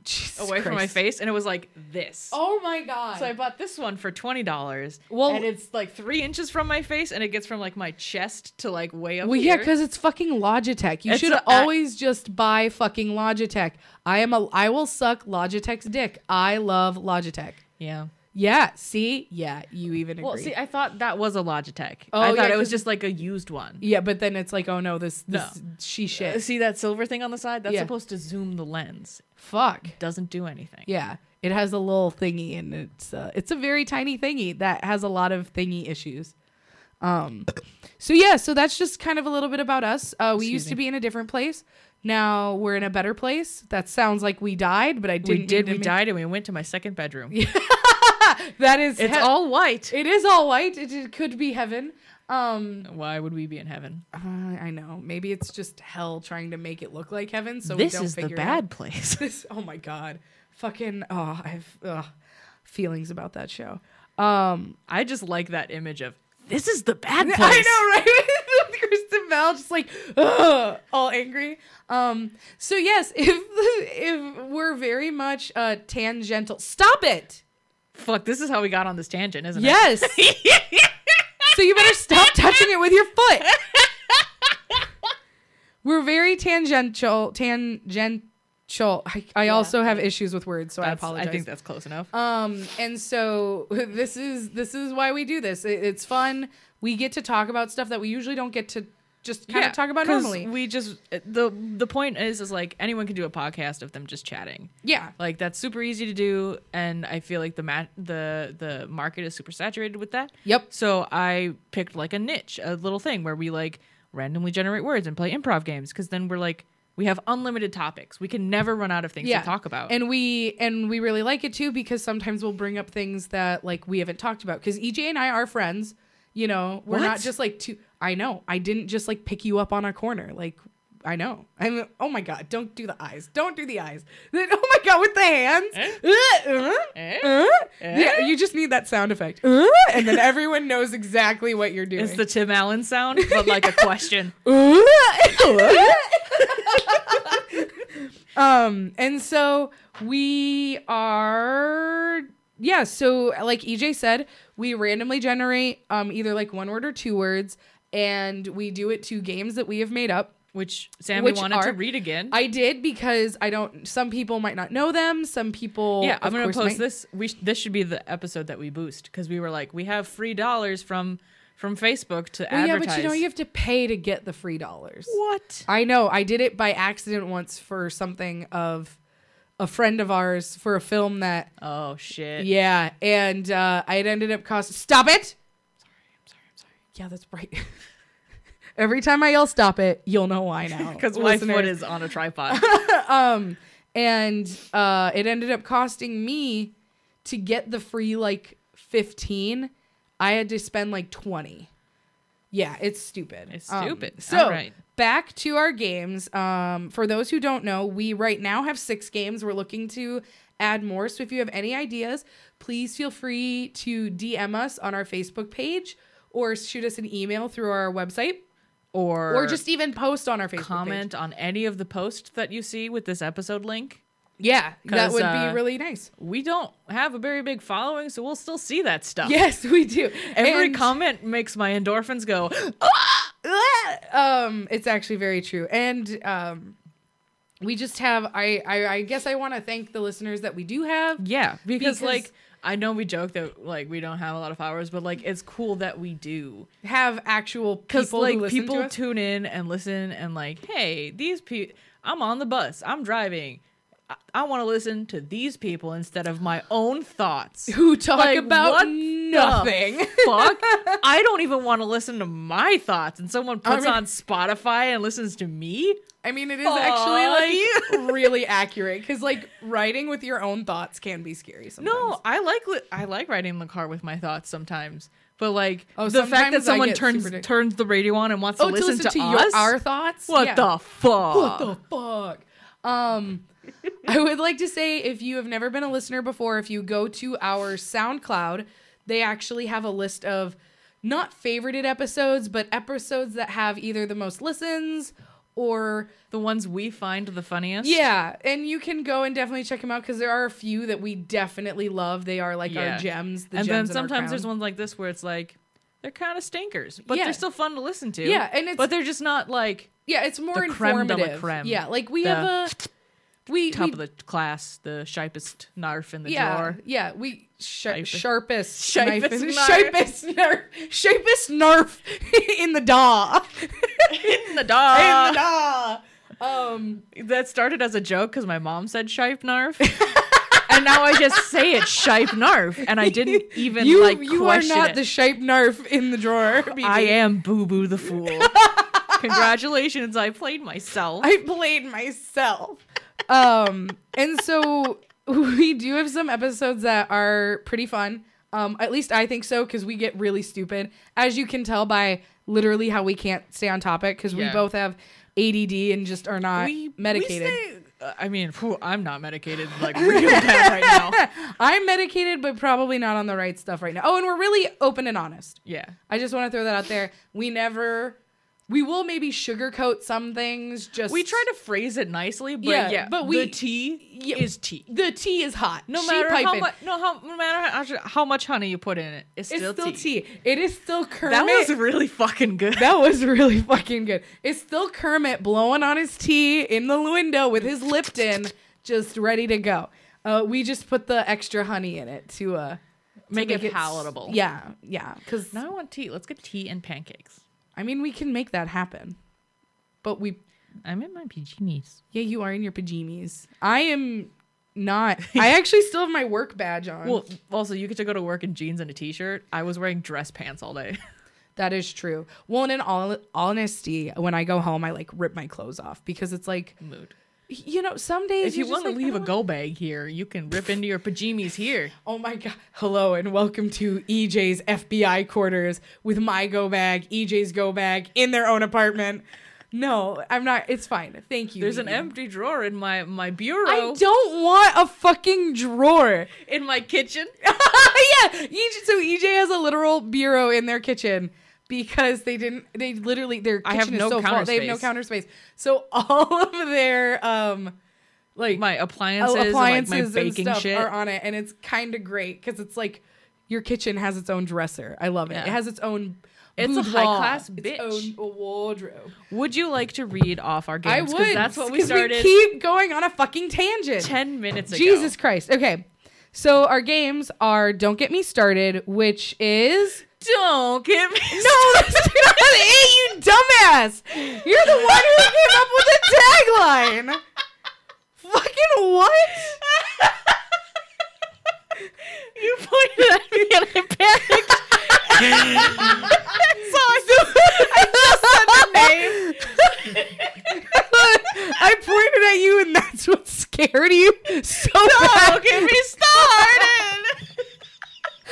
S4: Jesus
S5: away from my
S4: Christ.
S5: face, and it was like this.
S4: Oh my god!
S5: So I bought this one for twenty dollars.
S4: Well-
S5: and it's like three inches from my face, and it gets from like my chest to like way up.
S4: well, yeah,
S5: here.
S4: because it's fucking Logitech. You
S5: It's
S4: should
S5: a- uh,
S4: always just buy fucking Logitech. I am a. I will suck Logitech's dick. I love Logitech.
S5: yeah.
S4: Yeah. See. Yeah. You even agree.
S5: Well, see, I thought that was a Logitech.
S4: Oh,
S5: I thought
S4: yeah,
S5: it was
S4: 'cause-
S5: just like a used one.
S4: yeah, but then it's like, oh no, this
S5: No.
S4: this she
S5: Uh,
S4: shit.
S5: See that silver thing on the side? That's
S4: Yeah.
S5: supposed to zoom the lens.
S4: Fuck.
S5: Doesn't do anything.
S4: Yeah. It has a little thingy and it's uh, it's a very tiny thingy that has a lot of thingy issues. Um *coughs* so yeah, so that's just kind of a little bit about us. Uh we
S5: Excuse
S4: used
S5: me.
S4: to be in a different place. Now we're in a better place. That sounds like we died, but I didn't
S5: we did.
S4: mean
S5: We
S4: to
S5: died, and we went to my second
S4: *laughs*
S5: bedroom.
S4: make- *laughs* That is
S5: It's
S4: he-
S5: all white.
S4: It is all white. It, it could be heaven. Um
S5: Why would we be in heaven?
S4: uh, I know. Maybe it's just hell trying to make it look like heaven so
S5: this
S4: we don't
S5: is the
S4: figure it out.
S5: bad place. *laughs*
S4: *laughs* this oh my god fucking oh i have ugh, feelings about that show um *laughs*
S5: I just like that image of this is the *laughs* bad place.
S4: i know right *laughs* kristen bell just like ugh, all angry um so yes *laughs* if if we're very much uh tangential stop it
S5: Fuck, this is how we got on this tangent, isn't it?
S4: yes
S5: *laughs*
S4: so you better stop touching it with your foot we're very tangential tangential i, I also have issues with words so i
S5: That's-
S4: apologize
S5: I think that's close enough.
S4: Um, and so *laughs* this is this is why we do this. It, it's fun. We get to talk about stuff that we usually don't get to just kind
S5: Yeah,
S4: of talk about
S5: 'cause
S4: normally.
S5: We just uh, the the point is is like anyone can do a podcast of them just chatting.
S4: yeah.
S5: Like that's super easy to do, and I feel like the mat the the market is super saturated with that.
S4: Yep.
S5: So I picked like a niche, a little thing where we like randomly generate words and play improv games because then we're like we have unlimited topics. We can never run out of things
S4: Yeah.
S5: to talk about.
S4: And we and we really like it too because sometimes we'll bring up things that like we haven't talked about because EJ and I are friends. You know, we're not
S5: What?
S4: just like two. I know. I didn't just like pick you up on a corner. Like I know. I'm. Oh my god! Don't do the eyes. Don't do the eyes. *laughs* Then- Oh my god! With the hands.
S5: Eh?
S4: *laughs* Uh, uh. Uh, yeah, you just need that sound effect. Uh, and then everyone knows exactly what you're doing.
S5: it's the Tim Allen sound, but like
S4: *laughs*
S5: a question.
S4: *laughs* um, and so we are yeah, so like EJ said, we randomly generate um either like one word or two words and we do it to games that we have made up.
S5: which Sammy
S4: Which
S5: wanted
S4: are-
S5: to read again.
S4: I did because I don't some people might not know them, some people
S5: yeah, I'm
S4: of
S5: gonna
S4: course,
S5: post
S4: might-
S5: this. We sh- this should be the episode that we boost because we were like, we have free dollars from from Facebook to
S4: Well, yeah,
S5: advertise.
S4: but you know you have to pay to get the free dollars. *laughs*
S5: what?
S4: I know. I did it by accident once for something of a friend of ours for a film that
S5: Oh shit!
S4: yeah, and uh, it ended up cost. Stop it! Sorry, I'm sorry, I'm sorry. Yeah, that's right. *laughs* Every time I yell "stop it," you'll know why *laughs* now.
S5: because my foot
S4: listeners.
S5: is on a tripod.
S4: and uh, it ended up costing me to get the free like fifteen. I had to spend like twenty. Yeah, it's stupid. Um,
S5: It's stupid.
S4: so
S5: All right.
S4: back to our games. Um, for those who don't know, we right now have six games. We're looking to add more. So if you have any ideas, please feel free to DM us on our Facebook page or shoot us an email through our website
S5: or
S4: *laughs* or just even post on our Facebook page.
S5: comment on any of the posts that you see with this episode link.
S4: Yeah, that
S5: 'Cause,
S4: would
S5: uh,
S4: be really nice.
S5: We don't have a very big following, so we'll still see that
S4: *laughs*
S5: stuff.
S4: Yes, we do.
S5: Every
S4: And-
S5: comment makes my endorphins go.
S4: *laughs* um, it's actually very true. And um, we just have. I I, I guess I want to thank the listeners that we do have.
S5: Yeah, because,
S4: Because-
S5: like I know we joke that like we don't have a lot of followers, but like it's cool that we do.
S4: Have actual
S5: Because
S4: people
S5: like
S4: who listen
S5: people
S4: to us.
S5: tune in and listen and like, hey, these people. I'm on the bus. I'm driving. I, I want to listen to these people instead of my own thoughts.
S4: who talk
S5: Like, what
S4: about
S5: the
S4: nothing. *laughs*
S5: Fuck! I don't even want to listen to my thoughts, and someone
S4: I
S5: puts
S4: mean-
S5: on Spotify and listens to me.
S4: I mean, it is
S5: Aw,
S4: actually like really accurate because like writing with your own thoughts can be scary. Sometimes.
S5: No, I like li- I like riding in the car with my thoughts sometimes. But like
S4: Oh,
S5: the fact that
S4: sometimes I
S5: someone
S4: get
S5: turns
S4: super dick-
S5: turns the radio on and wants
S4: Oh,
S5: to listen to,
S4: your,
S5: us.
S4: our thoughts.
S5: what
S4: Yeah.
S5: the fuck?
S4: What the fuck? Um, *laughs* I would like to say if you have never been a listener before, if you go to our SoundCloud, they actually have a list of not favorited episodes, but episodes that have either the most listens or
S5: The ones we find the funniest.
S4: yeah, and you can go and definitely check them out because there are a few that we definitely love. They are like
S5: Yeah.
S4: our gems. The
S5: and then
S4: gems in our
S5: sometimes there's
S4: crown.
S5: ones like this where it's like they're kind of stinkers, but
S4: Yeah.
S5: they're still fun to listen to.
S4: Yeah, and it's-
S5: but they're just not like
S4: Yeah, it's more
S5: the creme de la
S4: informative.
S5: creme.
S4: Yeah, like we
S5: The
S4: have a we
S5: top
S4: we,
S5: of the class, the sharpest narf in the
S4: yeah
S5: drawer.
S4: yeah we sh-
S5: Shipest.
S4: sharpest
S5: Shipest
S4: sharpest
S5: narf.
S4: sharpest nerf sharpest nerf *laughs* in the daw
S5: In the dog.
S4: *laughs* in the daw. Um,
S5: that started as a joke because my mom said shipe narf.
S4: *laughs*
S5: and now I just say it shipe narf. And I didn't even
S4: you
S5: like
S4: you are
S5: question
S4: not
S5: it.
S4: the shape nerf in the
S5: *laughs*
S4: drawer. BB.
S5: I am Boo Boo
S4: *laughs*
S5: the Fool. Congratulations, I played myself.
S4: I played myself. Um, and so *laughs* we do have some episodes that are pretty fun. Um, at least I think so because we get really stupid, as you can tell by literally how we can't stay on topic because we
S5: Yeah.
S4: both have ADD and just are not medicated.
S5: we stay- uh, I mean, phew, I'm not medicated
S4: *laughs*
S5: like real bad right now.
S4: I'm medicated, but probably not on the right stuff right now. Oh, and we're really open and honest.
S5: Yeah.
S4: I just want to throw that out there. We never, we will maybe sugarcoat some things. Just
S5: We try to phrase it nicely, but
S4: Yeah,
S5: yeah,
S4: but we-
S5: the tea
S4: Yeah.
S5: is tea.
S4: The tea is hot.
S5: No
S4: She
S5: matter how
S4: piping.
S5: much, no, how, no matter how, actually, how much honey you put in it, it's
S4: It's
S5: still,
S4: still, tea. It is still Kermit.
S5: That was really fucking good.
S4: That was really fucking good. It's still Kermit blowing on his tea in the window with his Lipton, just ready to go. Uh, we just put the extra honey in it to uh, to
S5: Make it
S4: s-
S5: palatable.
S4: Yeah, yeah. Because
S5: Now I want tea. Let's get tea and pancakes.
S4: I mean, we can make that happen. But we,
S5: I'm in my PGs.
S4: yeah, you are in your pajamas. I am
S5: *laughs*
S4: not. I actually still have my work badge on.
S5: Well, also you get to go to work in jeans and a t-shirt. I was wearing dress pants all day. *laughs*
S4: That is true. Well, and in all honesty, when I go home, I like rip my clothes off because it's like,
S5: Mood.
S4: you know, some days
S5: If you
S4: want
S5: want to leave a go bag here, you can rip into your pajamas *laughs* here.
S4: Oh my god! Hello and welcome to E EJ's FBI quarters with my go bag, EJ's go bag in their own apartment. No, I'm not. It's fine. Thank you.
S5: There's an
S4: Megan.
S5: empty drawer in my my bureau
S4: I don't want a fucking drawer.
S5: in
S4: *laughs*
S5: my kitchen.
S4: yeah. EJ, so EJ has a literal bureau in their kitchen because they didn't. They literally their kitchen
S5: I have
S4: is
S5: no
S4: so full.
S5: counter
S4: They have no
S5: space.
S4: counter space. So all *laughs* of their um like
S5: My appliances, and,
S4: appliances
S5: like my baking
S4: and stuff
S5: shit.
S4: are on it, and it's kind of great because it's like your kitchen has its own dresser. I love it.
S5: Yeah.
S4: It has its own.
S5: It's a
S4: boudoir,
S5: high-class bitch.
S4: Its own wardrobe.
S5: would you like to read off our games?
S4: I
S5: 'Cause
S4: would.
S5: That's what we
S4: 'cause
S5: started
S4: keep going on a fucking tangent.
S5: ten minutes ago.
S4: Jesus Christ. Okay. So our games are Don't Get Me Started, which is
S5: don't get me.
S4: No, *laughs* that's not it, you dumbass! You're the one who came up with the tagline! Fucking what?
S5: you pointed at me and I
S4: *laughs*
S5: panicked. *laughs*
S4: I *laughs* pointed at you, and that's what scared you so bad.
S5: Don't get me started.
S4: *laughs*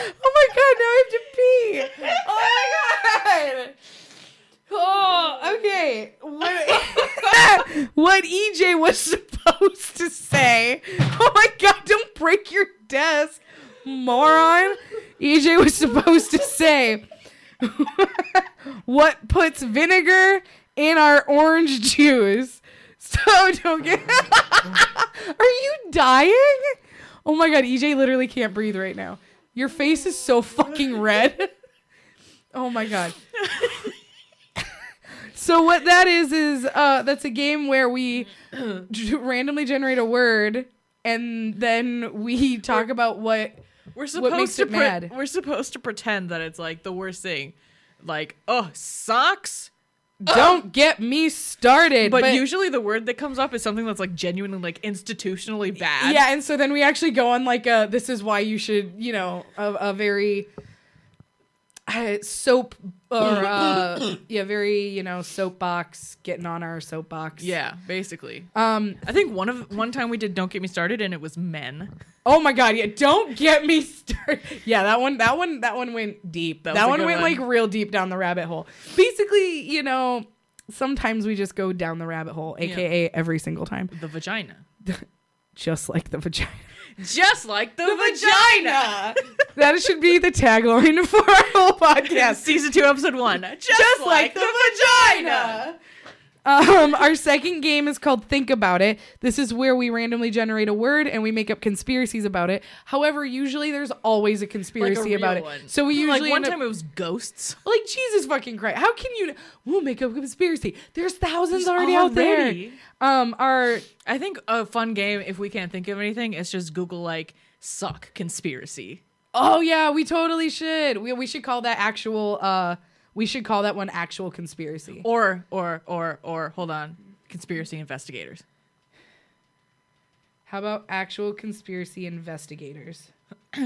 S4: Oh my god! Now I have to pee. Oh my god. Oh, okay. What, *laughs* what EJ was supposed to say? Oh my god! Don't break your desk, moron. EJ was supposed to say. what puts vinegar in our orange juice. So don't get. *laughs* Are you dying? Oh my god, EJ literally can't breathe right now. Your face is so fucking red. *laughs* Oh my god. *laughs* so what that is is uh, that's a game where we *clears throat* j- randomly generate a word and then we talk about what
S5: *laughs* We're supposed
S4: What makes
S5: to
S4: it mad?
S5: we're supposed to pretend that it's like the worst thing. Like, oh, socks.
S4: don't get me started
S5: But, usually the word that comes up is something that's like genuinely like institutionally bad.
S4: Yeah, and so then we actually go on like a this is why you should, you know, a, a very uh, soap or
S5: *coughs*
S4: uh, yeah, very you know soapbox getting on our soapbox.
S5: Yeah, basically.
S4: Um.
S5: I think one of one time we did "Don't Get Me Started" and it was men.
S4: Oh my god. Yeah. Don't get me *laughs* started. Yeah. That one. That one. That one went deep. That,
S5: That
S4: one
S5: was a good
S4: went
S5: one.
S4: like real deep down the rabbit hole. Basically, you know. Sometimes we just go down the rabbit hole, aka every single time.
S5: The vagina.
S4: just like the vagina. *laughs*
S5: Just like the,
S4: vagina. *laughs* that should be the tagline *laughs* for our whole podcast.
S5: Season two, episode one. Just,
S4: Just like the vagina. Um, our second game is called Think About It. This is where we randomly generate a word and we make up conspiracies about it. However, usually there's always a conspiracy about it. So we usually
S5: like one
S4: end up-
S5: time it was ghosts.
S4: like Jesus fucking Christ. How can you we'll make up a conspiracy? There's thousands
S5: There's
S4: already,
S5: already.
S4: out there. Um our
S5: I think a fun game, if we can't think of anything, is just Google like suck conspiracy.
S4: Oh yeah, we totally should. We we should call that actual uh we should call that one actual conspiracy.
S5: Or or or or hold on. Conspiracy investigators.
S4: How about actual conspiracy investigators? *clears throat*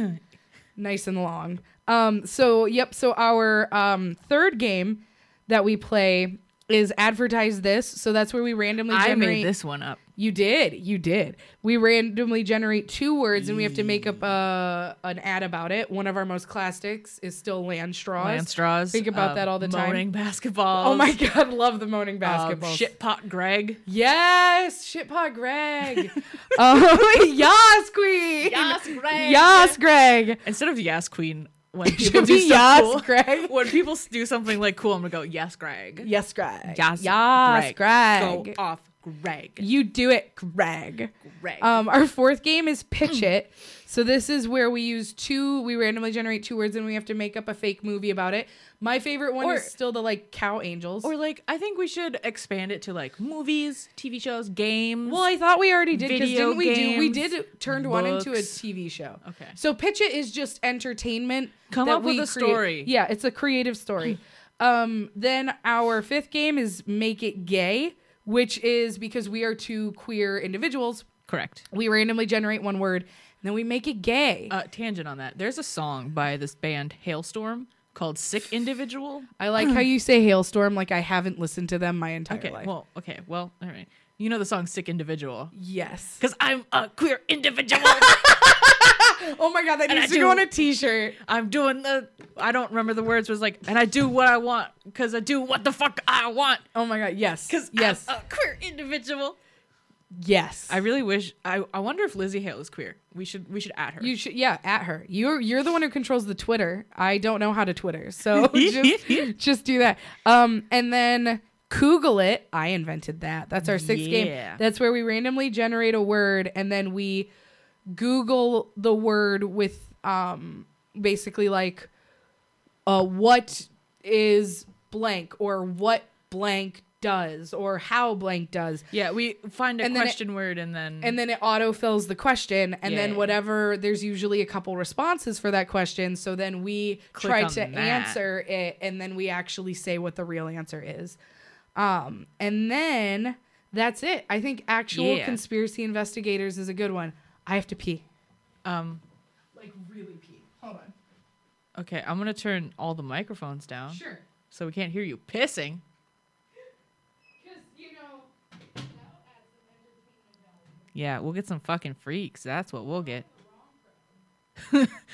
S4: nice and long. Um, so, yep. So, our um, third game that we play is advertise this. So, that's where we randomly
S5: I
S4: generate.
S5: made this one up.
S4: You did. You did. We randomly generate two words and we have to make up uh, an ad about it. One of our most classics is still land straws.
S5: Land straws.
S4: Think about
S5: um,
S4: that all the time.
S5: *laughs* Moaning basketball.
S4: Oh my God. Love the moaning basketball.
S5: basketball. Um, Shit pot Greg.
S4: Yes, shitpot Greg. oh, *laughs* yas queen.
S5: Yas, Greg.
S4: Yas Greg.
S5: Instead of yes queen, when people
S4: Should
S5: do
S4: be yas
S5: something cool,
S4: Greg.
S5: *laughs* when people do something like cool, I'm gonna go yes Greg.
S4: Yes Greg.
S5: Yes,
S4: Yas Greg.
S5: Go off Greg.
S4: You do it, Greg.
S5: Greg.
S4: Um, our fourth game is pitch it. So this is where we use two. We randomly generate two words, and we have to make up a fake movie about it. My favorite one
S5: Or-
S4: is still the like cow angels.
S5: or like I think we should expand it to like movies, TV shows, games.
S4: Well, I thought we already did because
S5: Video
S4: didn't we do? We
S5: games,
S4: did turned one into a
S5: books.
S4: TV show.
S5: Okay.
S4: So pitch it is just entertainment.
S5: Come
S4: that
S5: up with
S4: we
S5: a story.
S4: Yeah, it's a creative
S5: *clears throat*
S4: story. um, then our fifth game is make it gay, which is because we are two queer individuals.
S5: Correct.
S4: We randomly generate one word and then we make it gay.
S5: Uh, tangent on that. There's a song by this band Hailstorm called "Sick Individual."
S4: I
S5: *clears throat*
S4: like how you say hailstorm like I haven't listened to them my entire
S5: Okay.
S4: life.
S5: Well. Okay. Well. All right. You know the song "Sick Individual" *laughs*
S4: yes.
S5: because I'm a queer individual. *laughs*
S4: Oh my god, that
S5: And
S4: needs to
S5: I do.
S4: go on a T-shirt.
S5: I'm doing the. I don't remember the words. Was like, and I do what I want because I do what the fuck I want
S4: Oh my god,
S5: *laughs*
S4: yes.
S5: because
S4: yes,
S5: I'm a queer individual.
S4: yes.
S5: I really wish. I, I wonder if Lizzie Hale is queer. We should we should add her.
S4: You should, yeah, at her. You're you're the one who controls the Twitter. I don't know how to Twitter, so just just do that. Um, and then Google it. I invented that. That's our sixth game.
S5: Yeah.
S4: That's where we randomly generate a word and then we Google the word with um basically like uh what is blank or what blank does or how blank does
S5: yeah, we find a
S4: And then it-
S5: question word and then
S4: and then it auto fills the question and then
S5: Yeah.
S4: whatever there's usually a couple responses for that question so then we
S5: Click
S4: try
S5: on
S4: to
S5: that.
S4: answer it and then we actually say what the real answer is um and then that's it i think actual
S5: Yeah.
S4: conspiracy investigators is a good one i have to pee
S5: um.
S4: like really pee hold on
S5: Okay, I'm gonna turn all the microphones down
S4: sure
S5: so we can't hear you pissing.
S4: because you know
S5: Yeah, we'll get some fucking freaks. That's what we'll get.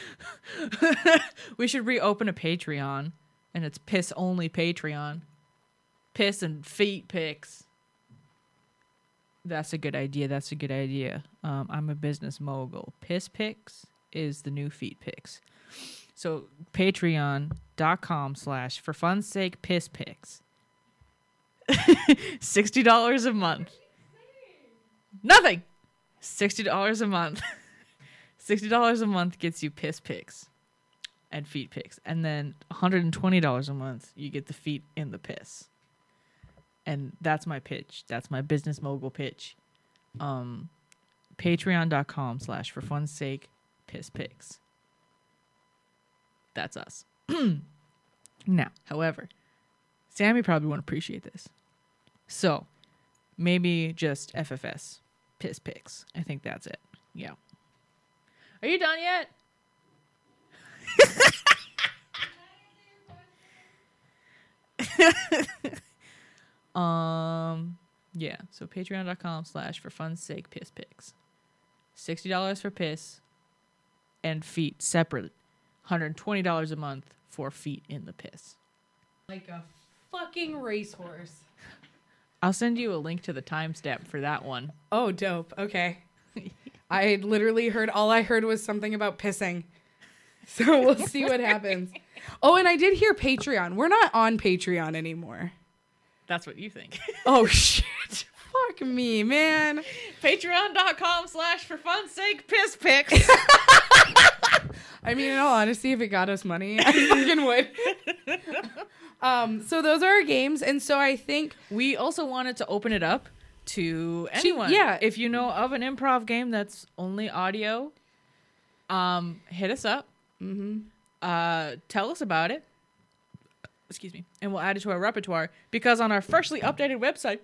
S5: *laughs* we should reopen a Patreon, and it's piss only Patreon. Piss and feet pics. That's a good idea. That's a good idea. Um, I'm a business mogul. Piss pics is the new feet pics. So patreon.com slash for fun's sake piss pics. *laughs* $60 a month. Nothing. Sixty dollars a month. *laughs* Sixty dollars a month gets you piss pics and feet pics, and then one hundred and twenty dollars a month you get the feet in the piss. And that's my pitch. That's my business mogul pitch. Um, Patreon.com slash for fun's sake piss pics. That's us. *clears throat* now, however, Sammy probably won't appreciate this. So maybe just FFS piss picks. I think that's it. Yeah. Are you done yet? *laughs* um yeah, so patreon.com slash for fun's sake piss picks. Sixty dollars for piss and feet separate. $120 a month for feet in the piss.
S4: like a fucking racehorse
S5: I'll send you a link to the timestamp for that one.
S4: oh dope okay *laughs* I had literally heard all I heard was something about pissing. *laughs* So we'll see what happens. Oh, and I did hear Patreon. We're not on Patreon anymore.
S5: That's what you think.
S4: Oh *laughs* shit. Fuck me, man.
S5: Patreon.com slash for fun's sake piss pics. *laughs*
S4: I mean, in all honesty, if it got us money, *laughs* I fucking would. *laughs* Um, so those are our games, and so I think
S5: we also wanted to open it up to anyone.
S4: yeah.
S5: If you know of an improv game that's only audio, um, hit us up. Mm-hmm. Uh, tell us about it. Excuse me. And we'll add it to our repertoire because on our freshly updated website,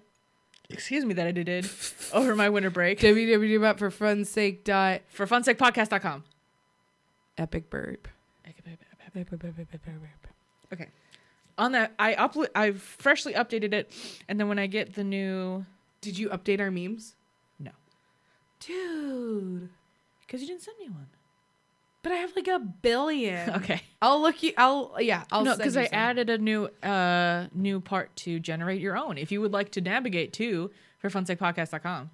S5: excuse me, that I *laughs* did over my winter break,
S4: www.forfunsake.epicburp.
S5: for funsakepodcast.com. Okay. On that, I upload. I've freshly updated it, and then when I get the new,
S4: Did you update our memes?
S5: No.
S4: Dude.
S5: because you didn't send me one.
S4: But I have like a *laughs* billion.
S5: Okay.
S4: I'll look you I'll yeah, I'll
S5: no,
S4: send
S5: because
S4: you
S5: I
S4: some.
S5: added a new uh new part to generate your own. If you would like to navigate to for funsakepodcast.com.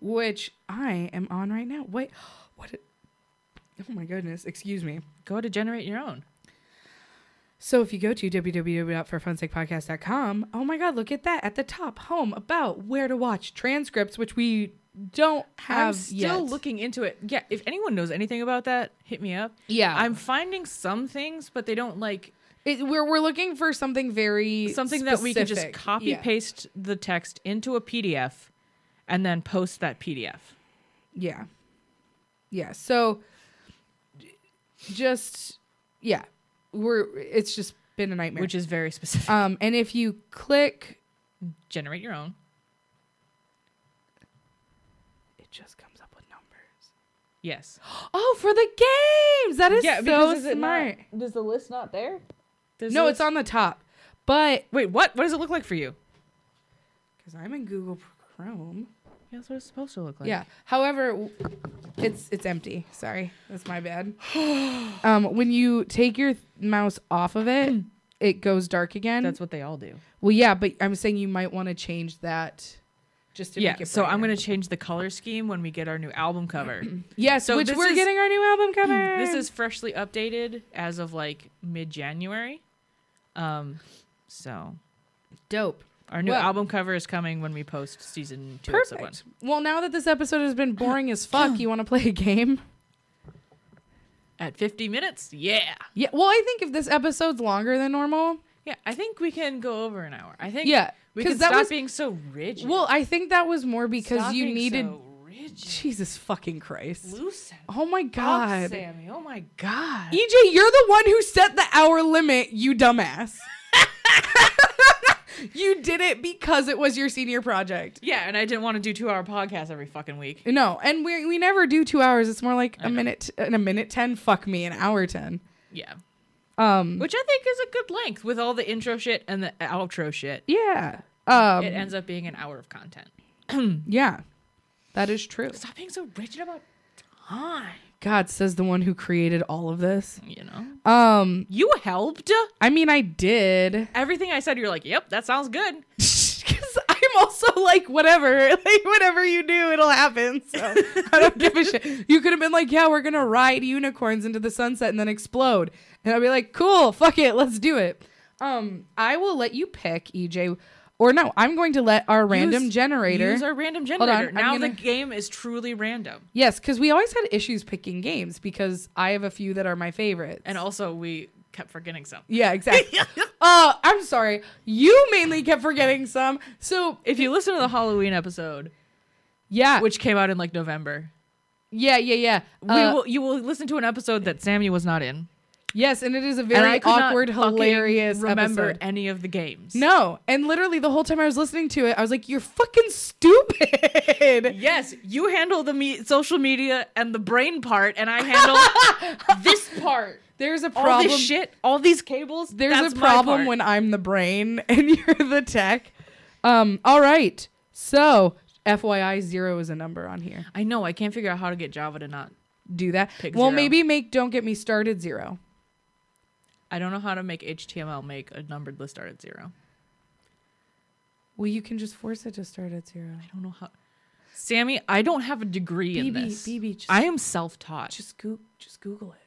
S4: which I am on right now. Wait, *gasps* what? a- oh my goodness! Excuse me.
S5: Go to generate your own.
S4: So if you go to www.forfunsakepodcast.com, oh my god, look at that at the top, home, about, where to watch, transcripts, which we don't have
S5: I'm
S4: yet.
S5: still looking into it. Yeah, if anyone knows anything about that, hit me up.
S4: Yeah.
S5: I'm finding some things, but they don't like
S4: It- we're we're looking for something very
S5: something that we can just
S4: specific.
S5: copy
S4: Yeah.
S5: paste the text into a PDF and then post that PDF.
S4: Yeah, yeah. So j- just yeah, we're it's just been a nightmare.
S5: Which is very specific.
S4: um, and if you click
S5: generate your own.
S4: it just comes up with numbers. *gasps*
S5: Yes.
S4: Oh, for the games. That is so smart.
S5: does the list not there?
S4: No, it's on the top. But
S5: Wait, what? What does it look like for you?
S4: cuz I'm in Google Chrome.
S5: Yeah, that's what it's supposed to look like.
S4: Yeah. However, w- it's it's empty. Sorry. That's my *sighs* bad. um when you take your th- mouse off of it, it goes dark again.
S5: That's what they all do.
S4: well, yeah, but I'm saying you might want to change that just to
S5: Yeah.
S4: make it
S5: So I'm
S4: brighter.
S5: gonna change the color scheme when we get our new
S4: *clears throat*
S5: album cover.
S4: Yes,
S5: so
S4: which
S5: this
S4: we're
S5: is-
S4: getting our new album cover.
S5: this is freshly updated as of like mid-January. Um, so
S4: dope.
S5: our new
S4: Well-
S5: album cover is coming when we post season two, episode one.
S4: Perfect. Well, now that this episode has been boring *gasps* as fuck, you want to play a game?
S5: At 50 minutes, yeah,
S4: Yeah. Well, I think if this episode's longer than normal,
S5: yeah. I think we can go over an hour. I think
S4: Yeah,
S5: we
S4: 'cause
S5: can
S4: that
S5: stop
S4: was-
S5: being so rigid.
S4: well, I think that was more because
S5: Stop
S4: you
S5: being
S4: needed
S5: so rigid,
S4: Jesus fucking Christ.
S5: loose. and
S4: Oh my
S5: up,
S4: god. EJ,
S5: Sammy. Oh my god.
S4: you're the one who set the hour limit, you *laughs* dumbass. you did it because it was your senior project.
S5: Yeah, and I didn't want to do two-hour podcasts every fucking week.
S4: No, and we we never do 2 hours. It's more like a minute and a minute 10, fuck me, an hour 10.
S5: Yeah.
S4: Um
S5: which I think is a good length with all the intro shit and the outro shit.
S4: yeah. Um
S5: it ends up being an hour of content.
S4: yeah. That is true.
S5: Stop being so rigid about time.
S4: God says the one who created all of this.
S5: You know,
S4: Um
S5: you helped.
S4: I mean I
S5: *laughs*
S4: did. *laughs*
S5: Everything I said, you're like, "Yep, that sounds good."
S4: because I'm also like whatever, *laughs* like whatever you do, it'll happen. So I don't give a shit. You could have been like, yeah, we're gonna ride unicorns into the sunset and then explode, and I'd be like, cool, fuck it, let's do it. Um, I will let you pick EJ, or no, I'm going to let our random
S5: Use-
S4: generator.
S5: Use our random
S4: on,
S5: generator.
S4: I'm
S5: now the
S4: gonna-
S5: game is truly random,
S4: yes, because we always had issues picking games because I have a few that are my favorites.
S5: and also we kept forgetting some.
S4: yeah,
S5: *laughs*
S4: exactly. uh, I'm sorry, you mainly kept forgetting some. So
S5: If you listen to the Halloween episode,
S4: yeah,
S5: which came out in like November,
S4: yeah, yeah, yeah.
S5: we
S4: Uh,
S5: will, you will listen to an episode that Sammy was not in.
S4: Yes, and it is a
S5: And
S4: very
S5: I could not
S4: awkward,
S5: fucking
S4: hilarious
S5: Remember
S4: episode.
S5: any of the games?
S4: No, and literally the whole time I was listening to it, I was like, "You're fucking
S5: *laughs*
S4: stupid."
S5: Yes, you handle the me- social media and the brain part, and I *laughs* handle this part.
S4: There's a
S5: All
S4: problem.
S5: this shit, all these cables.
S4: There's
S5: that's
S4: a
S5: my
S4: problem
S5: part.
S4: when I'm the brain *laughs* and you're the tech. Um. All right. So, FYI, zero is a number on here.
S5: I know I can't figure out how to get Java to not.
S4: Do that.
S5: Pick
S4: well,
S5: zero.
S4: maybe make "Don't Get Me Started" zero.
S5: I don't know how to make HTML make a numbered list start at zero.
S4: Well, you can just force it to start at zero.
S5: I don't know how. Sammy, I don't have a degree in
S4: BB,
S5: this.
S4: BB, just-
S5: I am self-taught.
S4: Just go, just Google it.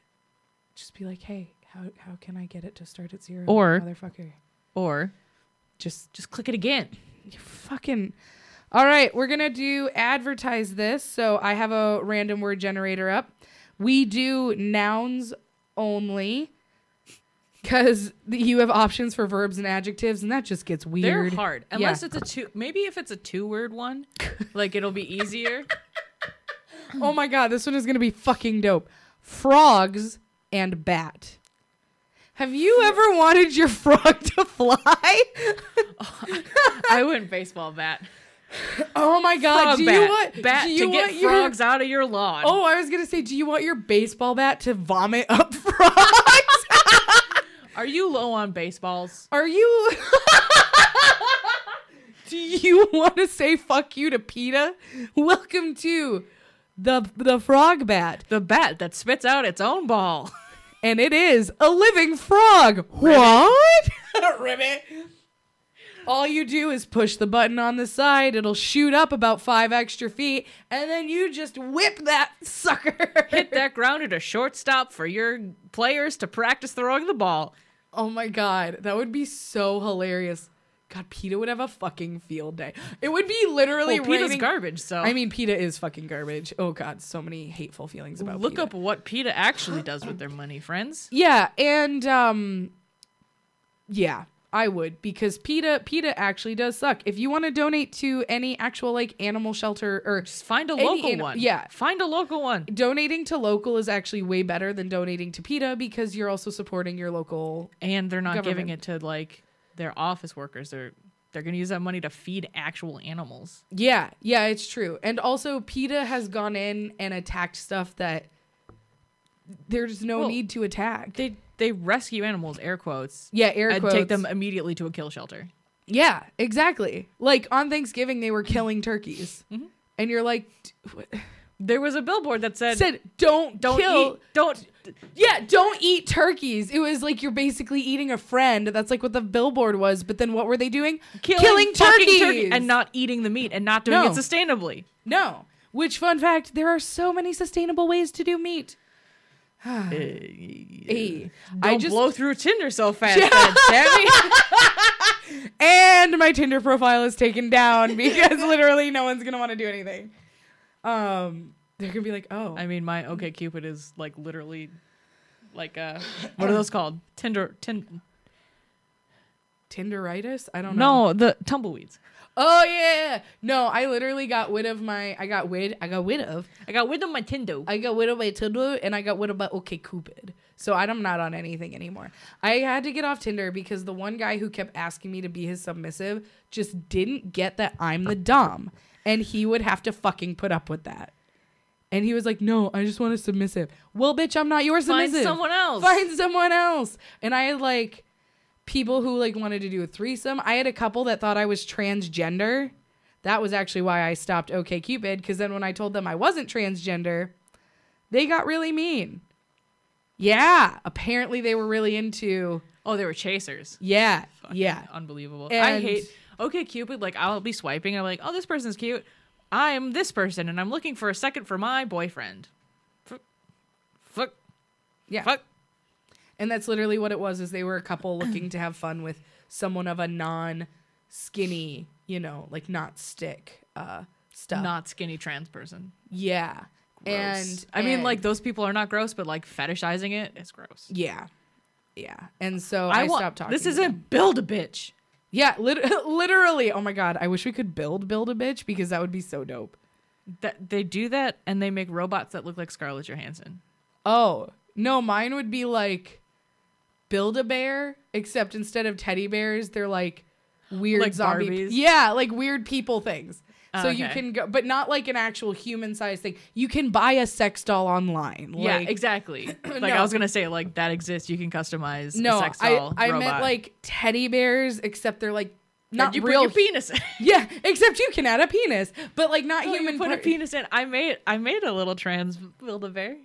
S4: Just be like, hey, how how can I get it to start at zero?
S5: Or-
S4: motherfucker,
S5: or
S4: just
S5: just click it again.
S4: You fucking. All right, we're gonna do advertise this. So I have a random word generator up. We do nouns only because you have options for verbs and adjectives, and that just gets
S5: They're
S4: weird.
S5: hard.
S4: Yeah.
S5: Unless it's a two maybe if it's a two word one, like it'll be easier.
S4: Oh my god, this one is gonna be fucking dope. Frogs and bat. Have you ever wanted your frog *laughs* to fly?
S5: *laughs* I wouldn't baseball bat.
S4: oh my god,
S5: Frog
S4: do
S5: bat.
S4: you want
S5: bat
S4: do you
S5: to get
S4: want your-
S5: frogs out of your lawn.
S4: Oh, I was gonna say, do you want your baseball bat to vomit up *laughs* frogs?
S5: Are you low on baseballs?
S4: Are you? *laughs* do you want to say fuck you to PETA? Welcome to the the frog bat,
S5: The bat that spits out its own ball. *laughs*
S4: and it is a living frog.
S5: *laughs*
S4: What? *laughs* Ribbit. All you do is push the button on the side. It'll shoot up about five extra feet, and then you just whip that *laughs* sucker.
S5: Hit that ground at a shortstop for your players to practice throwing the ball.
S4: Oh my god, that would be so hilarious. God, PETA would have a fucking field day. It would be literally
S5: Well, PETA's
S4: raining-
S5: Oh, garbage, so
S4: I mean, PETA is fucking garbage. Oh god, so many hateful feelings about.
S5: look
S4: PETA.
S5: up what PETA actually does with their money, friends.
S4: Yeah, and um, yeah, I would because PETA PETA actually does suck. If you want to donate to any actual like animal shelter or
S5: Just find a
S4: Any
S5: local
S4: an-
S5: one.
S4: yeah.
S5: Find a local one.
S4: donating to local is actually way better than donating to PETA because you're also supporting your local.
S5: And they're not giving
S4: Government.
S5: it to like their office workers. They're they're gonna use that money to feed actual animals.
S4: Yeah, yeah, it's true. And also PETA has gone in and attacked stuff that there's no
S5: Well,
S4: need to attack.
S5: They they rescue animals, air quotes.
S4: yeah, air
S5: and
S4: quotes.
S5: take them immediately to a kill shelter.
S4: Yeah, exactly. Like on Thanksgiving, they were killing turkeys,
S5: Mm-hmm.
S4: and you're like, "D- what?"
S5: *laughs* There was a billboard that said,
S4: said don't
S5: "Don't
S4: kill.
S5: eat, don't."
S4: Yeah, don't eat turkeys. It was like you're basically eating a friend. That's like what the billboard was. But then what were they doing?
S5: fucking turkey and not eating the meat and not doing
S4: No.
S5: it sustainably.
S4: no. Which fun fact? There are so many sustainable ways to do meat. Hey,
S5: I
S4: Uh, I just
S5: blow through Tinder
S4: *laughs*
S5: so fast, then, Sammy.
S4: and my Tinder profile is taken down because literally no one's gonna want to do anything. Um, they're gonna be like, oh,
S5: I mean, my OK Cupid is like literally, like uh, what are those called? Tinder, tin.
S4: Tinderitis? I don't know.
S5: No, the tumbleweeds.
S4: Oh yeah. No, I literally got rid of my I got rid I got rid of.
S5: I got rid of my Tinder.
S4: I got rid of my Tinder and I got rid of my okay Cupid. So I'm not on anything anymore. I had to get off Tinder because the one guy who kept asking me to be his submissive just didn't get that I'm the dom and he would have to fucking put up with that. And he was like, "No, I just want a submissive." Well, bitch, I'm not your
S5: Find
S4: submissive.
S5: someone else.
S4: Find someone else. And I had like people who like wanted to do a threesome. I had a couple that thought I was transgender. That was actually why I stopped OK Cupid because then when I told them I wasn't transgender, they got really mean. Yeah, apparently they were really into
S5: oh, they were chasers.
S4: yeah, yeah.
S5: Unbelievable. I
S4: And-
S5: hate OK Cupid. Like I'll be swiping. I'm like, oh, this person's cute. I'm this person, and I'm looking for a second for my boyfriend. Fuck. Fuck.
S4: Yeah.
S5: Fuck.
S4: And that's literally what it was is they were a
S5: *clears throat*
S4: couple looking to have fun with someone of a non skinny, you know, like not stick uh stuff.
S5: Not skinny trans person.
S4: yeah. And
S5: And I mean,
S4: and-
S5: like those people are not gross, but like fetishizing it is gross.
S4: Yeah. Yeah. And so I,
S5: wa-
S4: stopped talking.
S5: This
S4: to
S5: isn't
S4: them.
S5: build a bitch.
S4: Yeah, lit- *laughs* literally. Oh my god, I wish we could build build a bitch because that would be so dope.
S5: That they do that, and they make robots that look like Scarlett Johansson.
S4: Oh, no, mine would be like build a bear, except instead of teddy bears, they're like weird
S5: Like
S4: zombie.
S5: Barbies? Oh,
S4: Yeah, like weird people things. So you
S5: Okay.
S4: can go, but not like an actual human sized thing. You can buy a sex doll online.
S5: yeah,
S4: like, *coughs*
S5: exactly. *coughs* like
S4: No.
S5: I was gonna say, like that exists. You can customize.
S4: No,
S5: a sex
S4: I,
S5: doll
S4: I
S5: robot.
S4: meant like teddy bears, except they're like
S5: That
S4: not
S5: you
S4: real.
S5: put your
S4: *laughs*
S5: penis. *laughs* In.
S4: yeah, except you can add a penis, but like not
S5: No, Oh, you
S4: human.
S5: put a
S4: part-
S5: penis in. I made I made a little trans build a bear.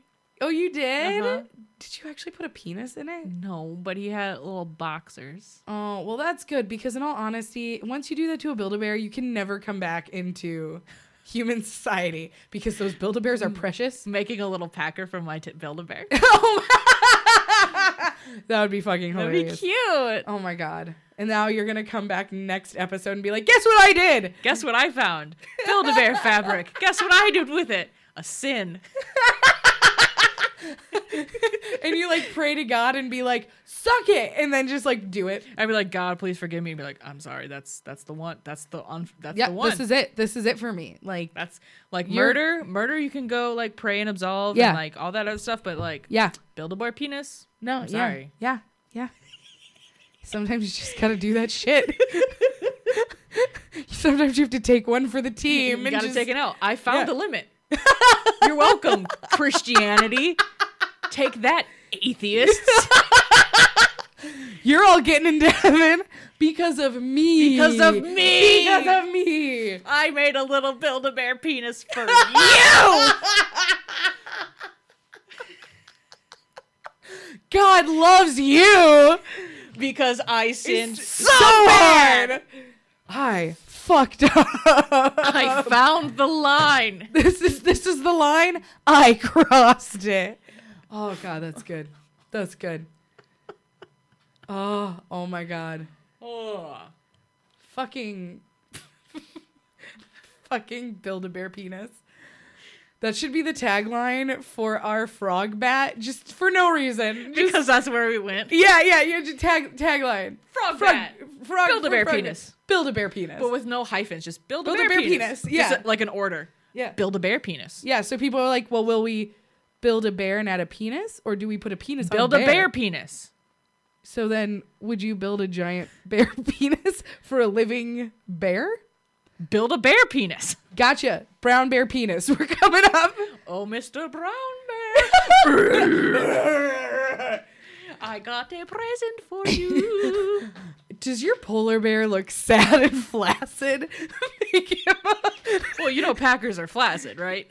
S4: Oh, you did?
S5: Uh-huh.
S4: Did you actually put a penis in it?
S5: No, but he had little boxers.
S4: Oh, well, that's good because, in all honesty, once you do that to a Build-A-Bear, you can never come back into human society because those Build-A-Bears are *laughs* precious.
S5: Making a little packer from my t-
S4: *laughs*
S5: Build-A-Bear.
S4: That would be fucking
S5: That'd be
S4: hilarious.
S5: cute.
S4: Oh my god. And now you're gonna come back next episode and be like, guess what I did?
S5: Guess what I found? Build-A-Bear fabric. Guess what I did with it? A sin.
S4: And you like pray to God and be like, suck it, and then just like do it.
S5: I'd be like, God, please forgive me. I'd be like, I'm sorry. That's that's the one. That's the on. That's
S4: Yeah,
S5: the one.
S4: this is it. This is it for me. Like,
S5: that's like
S4: You're-
S5: murder. Murder. You can go like pray and absolve
S4: Yeah.
S5: and like all that other stuff. But like,
S4: yeah,
S5: Build-A-Bear penis.
S4: no,
S5: I'm
S4: yeah,
S5: sorry.
S4: yeah, yeah. *laughs* Sometimes you just gotta do that shit. *laughs* Sometimes you have to take one for the team.
S5: You
S4: and
S5: gotta
S4: just-
S5: take it out. I found
S4: Yeah.
S5: the limit. You're
S4: *laughs*
S5: *laughs* welcome, Christianity. Take that,
S4: *laughs*
S5: atheists.
S4: You're all getting into heaven because of me.
S5: Because of me.
S4: Because of
S5: *laughs*
S4: me.
S5: I made a little Build-A-Bear penis for
S4: *laughs*
S5: you.
S4: God loves you.
S5: because I sinned
S4: so,
S5: so
S4: hard.
S5: bad.
S4: I fucked up.
S5: I found the line.
S4: this is this is the line I crossed it. Oh god, that's good. That's good. Oh, oh my god.
S5: Oh.
S4: Fucking *laughs* fucking Build-A-Bear penis. That should be the tagline for our frog bat just for no *laughs* reason. Just,
S5: Because that's where we went.
S4: yeah, yeah, yeah, just tag tagline.
S5: Frog bat.
S4: frog
S5: Build-A-Bear
S4: frog-
S5: penis.
S4: Build-A-Bear penis.
S5: But with no hyphens, just build a
S4: Build a
S5: bear,
S4: bear
S5: penis.
S4: penis, yeah.
S5: Just, uh, like an order.
S4: yeah.
S5: Build a bear penis.
S4: Yeah, so people are like, well, will we build a bear and add a penis, or do we put a penis
S5: Build
S4: on
S5: a bear penis.
S4: So then, would you build a giant *laughs* bear penis for a living bear?
S5: Build a bear penis.
S4: Gotcha. Brown bear penis. *laughs* We're coming up.
S5: Oh, Mr. Brown *laughs* Bear. I got a present for you.
S4: Does your polar bear look sad and *laughs* flaccid? Make him a-
S5: *laughs* well, you know Packers are flaccid, right?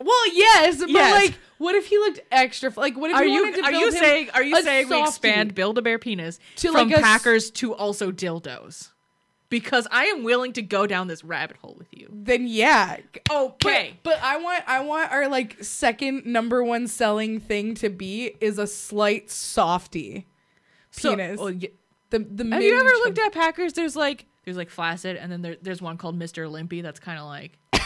S4: well, yes, but
S5: Yes.
S4: like, what if he looked extra? Like, what if
S5: Are
S4: you
S5: you,
S4: wanted to
S5: are
S4: build
S5: you
S4: him
S5: saying are you
S4: a
S5: saying we
S4: softie?
S5: expand Build a Bear penis
S4: To,
S5: from
S4: like, a s-
S5: Packers to also dildos? Because I am willing to go down this rabbit hole with you.
S4: Then yeah.
S5: Okay.
S4: But, but I want I want our like second number one selling thing to be is a slight softy. Penis.
S5: So, oh, y-
S4: The the
S5: Have you ever looked at Packers? There's like there's like flaccid, and then there, there's one called Mr. Limpy. That's kind of like *laughs*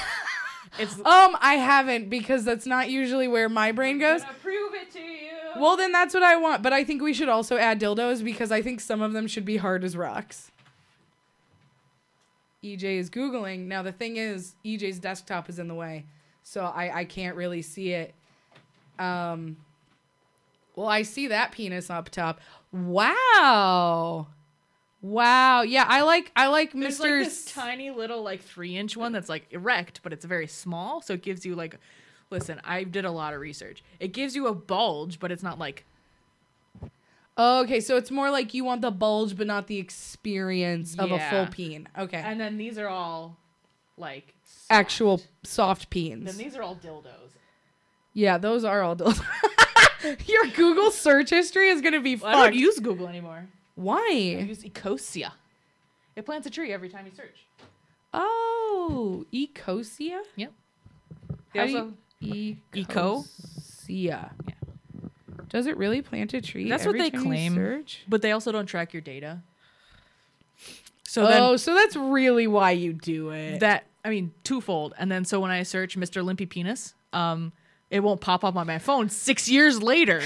S5: it's.
S4: Um, I haven't because that's not usually where my brain goes.
S5: prove it to you.
S4: Well, then that's what I want. But I think we should also add dildos because I think some of them should be hard as rocks. EJ is googling now. The thing is, EJ's desktop is in the way, so I I can't really see it. Um. Well, I see that penis up top. Wow. Wow. Yeah, I like I like
S5: There's
S4: Mr.
S5: like this tiny little like three inch one that's like erect, but it's very small, so it gives you like. Listen, I did a lot of research. It gives you a bulge, but it's not like
S4: Oh, okay, so it's more like you want the bulge, but not the experience of a
S5: Yeah.
S4: full peen. Okay,
S5: And then these are all like soft.
S4: actual soft
S5: Then
S4: peens.
S5: these are all dildos.
S4: yeah, those are all dildos. *laughs* Your Google search history is gonna be
S5: I don't
S4: fucked.
S5: use Google anymore. I
S4: Why?
S5: use Ecosia. It plants a tree every time you search.
S4: Oh, Ecosia.
S5: Yep.
S4: How do you-
S5: Eco?
S4: Ecosia.
S5: Yeah.
S4: Does it really plant a tree?
S5: That's what
S4: every
S5: they
S4: time you
S5: claim.
S4: Search?
S5: but they also don't track your data. So
S4: oh, so that's really why you do it.
S5: then that I mean twofold. And then so when I search Mr. Limpy Penis, um, it won't pop up on my phone six years later.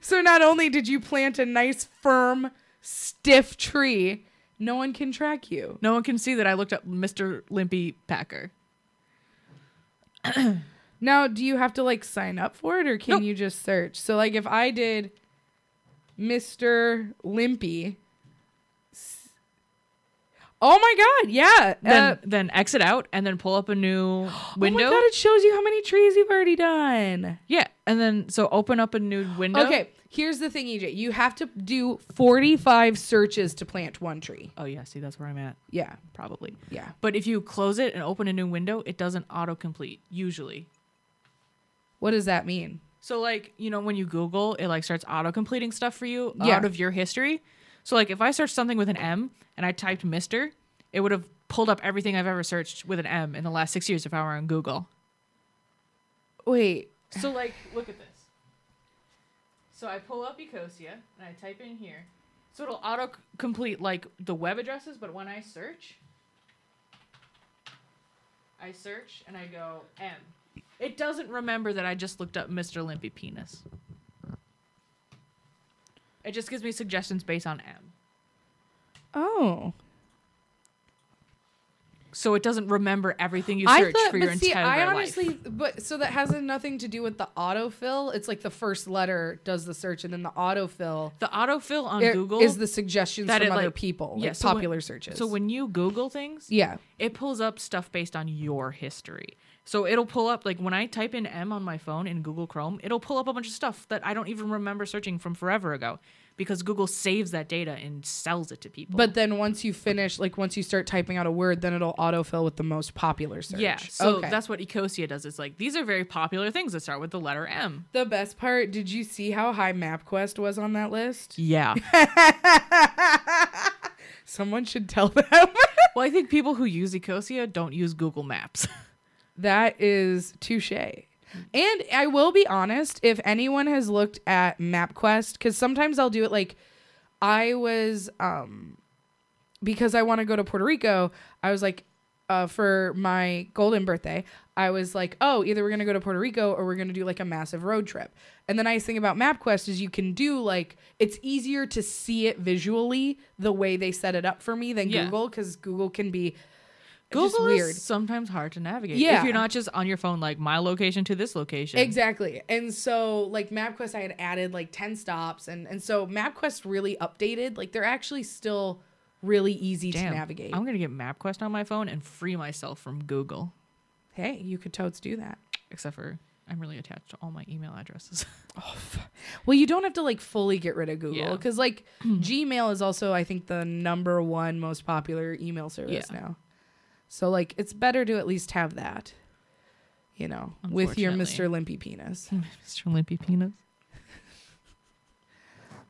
S4: So not only did you plant a nice, firm, stiff tree, no one can track you.
S5: No one can see that I looked up Mr. Limpy Packer.
S4: Now, do you have to like sign up for it or can
S5: Nope.
S4: you just search? So, like, if I did Mr. Limpy. s- Oh my God. Yeah.
S5: Then
S4: uh,
S5: then exit out and then pull up a new window.
S4: *gasps* Oh my God. It shows you how many trees you've already done.
S5: Yeah, and then so open up a new window.
S4: Okay. Here's the thing, EJ. You have to do 45 searches to plant one tree.
S5: Oh yeah, see that's where I'm at
S4: Yeah.
S5: probably.
S4: Yeah.
S5: But if you close it and open a new window, it doesn't autocomplete usually.
S4: What does that mean?
S5: So like, you know, when you Google, it like starts autocompleting stuff for you
S4: Yeah.
S5: out of your history. So like if I searched something with an M and I typed Mr., it would have pulled up everything I've ever searched with an M in the last six years if I were on Google.
S4: Wait.
S5: So like, look at this. So I pull up Ecosia and I type in here. So it'll auto complete like the web addresses, but when I search, I search and I go M. It doesn't remember that I just looked up Mr. Limpy Penis. It just gives me suggestions based on M.
S4: Oh.
S5: So it doesn't remember everything you
S4: I
S5: search
S4: thought,
S5: for your
S4: but see,
S5: entire
S4: I
S5: life.
S4: honestly, but so that has nothing to do with the autofill. It's like the first letter does the search, and then the autofill
S5: the autofill on
S4: it-
S5: Google
S4: is the suggestions
S5: that
S4: from
S5: it,
S4: other
S5: like-
S4: people,
S5: yeah,
S4: like
S5: so when-
S4: popular searches.
S5: So when you Google things,
S4: yeah,
S5: it pulls up stuff based on your history. So it'll pull up like when I type in M on my phone in Google Chrome, it'll pull up a bunch of stuff that I don't even remember searching from forever ago because Google saves that data and sells it to people.
S4: but then once you finish, like once you start typing out a word, then it'll autofill with the most popular search.
S5: yeah, so
S4: Okay.
S5: that's what Ecosia does. It's like these are very popular things that start with the letter M.
S4: the best part. Did you see how high MapQuest was on that list?
S5: Yeah.
S4: Someone should tell *laughs* them.
S5: *laughs* well, I think people who use Ecosia don't use Google Maps. *laughs*
S4: That is touche. And I will be honest, if anyone has looked at MapQuest, because sometimes I'll do it like I was, um, because I want to go to Puerto Rico, I was like, uh, for my golden birthday, I was like, oh, either we're going to go to Puerto Rico or we're going to do like a massive road trip. And the nice thing about MapQuest is you can do like, it's easier to see it visually the way they set it up for me than
S5: Yeah.
S4: Google, because Google can be just
S5: Google
S4: weird.
S5: is sometimes hard to navigate.
S4: Yeah.
S5: If you're not just on your phone like my location to this location.
S4: Exactly. And so like MapQuest I had added like 10 stops and and so MapQuest really updated. Like they're actually still really easy
S5: Damn,
S4: to navigate.
S5: I'm gonna get MapQuest on my phone and free myself from Google.
S4: hey, you could totes do that.
S5: Except for I'm really attached to all my email addresses. *laughs*
S4: Well, you don't have to like fully get rid of Google
S5: Yeah.
S4: cuz
S5: *clears throat*
S4: like Gmail is also I think the number one most popular email service
S5: Yeah.
S4: now. So like it's better to at least have that. You know, with your Mr. Limpy penis.
S5: Mr. Limpy Penis.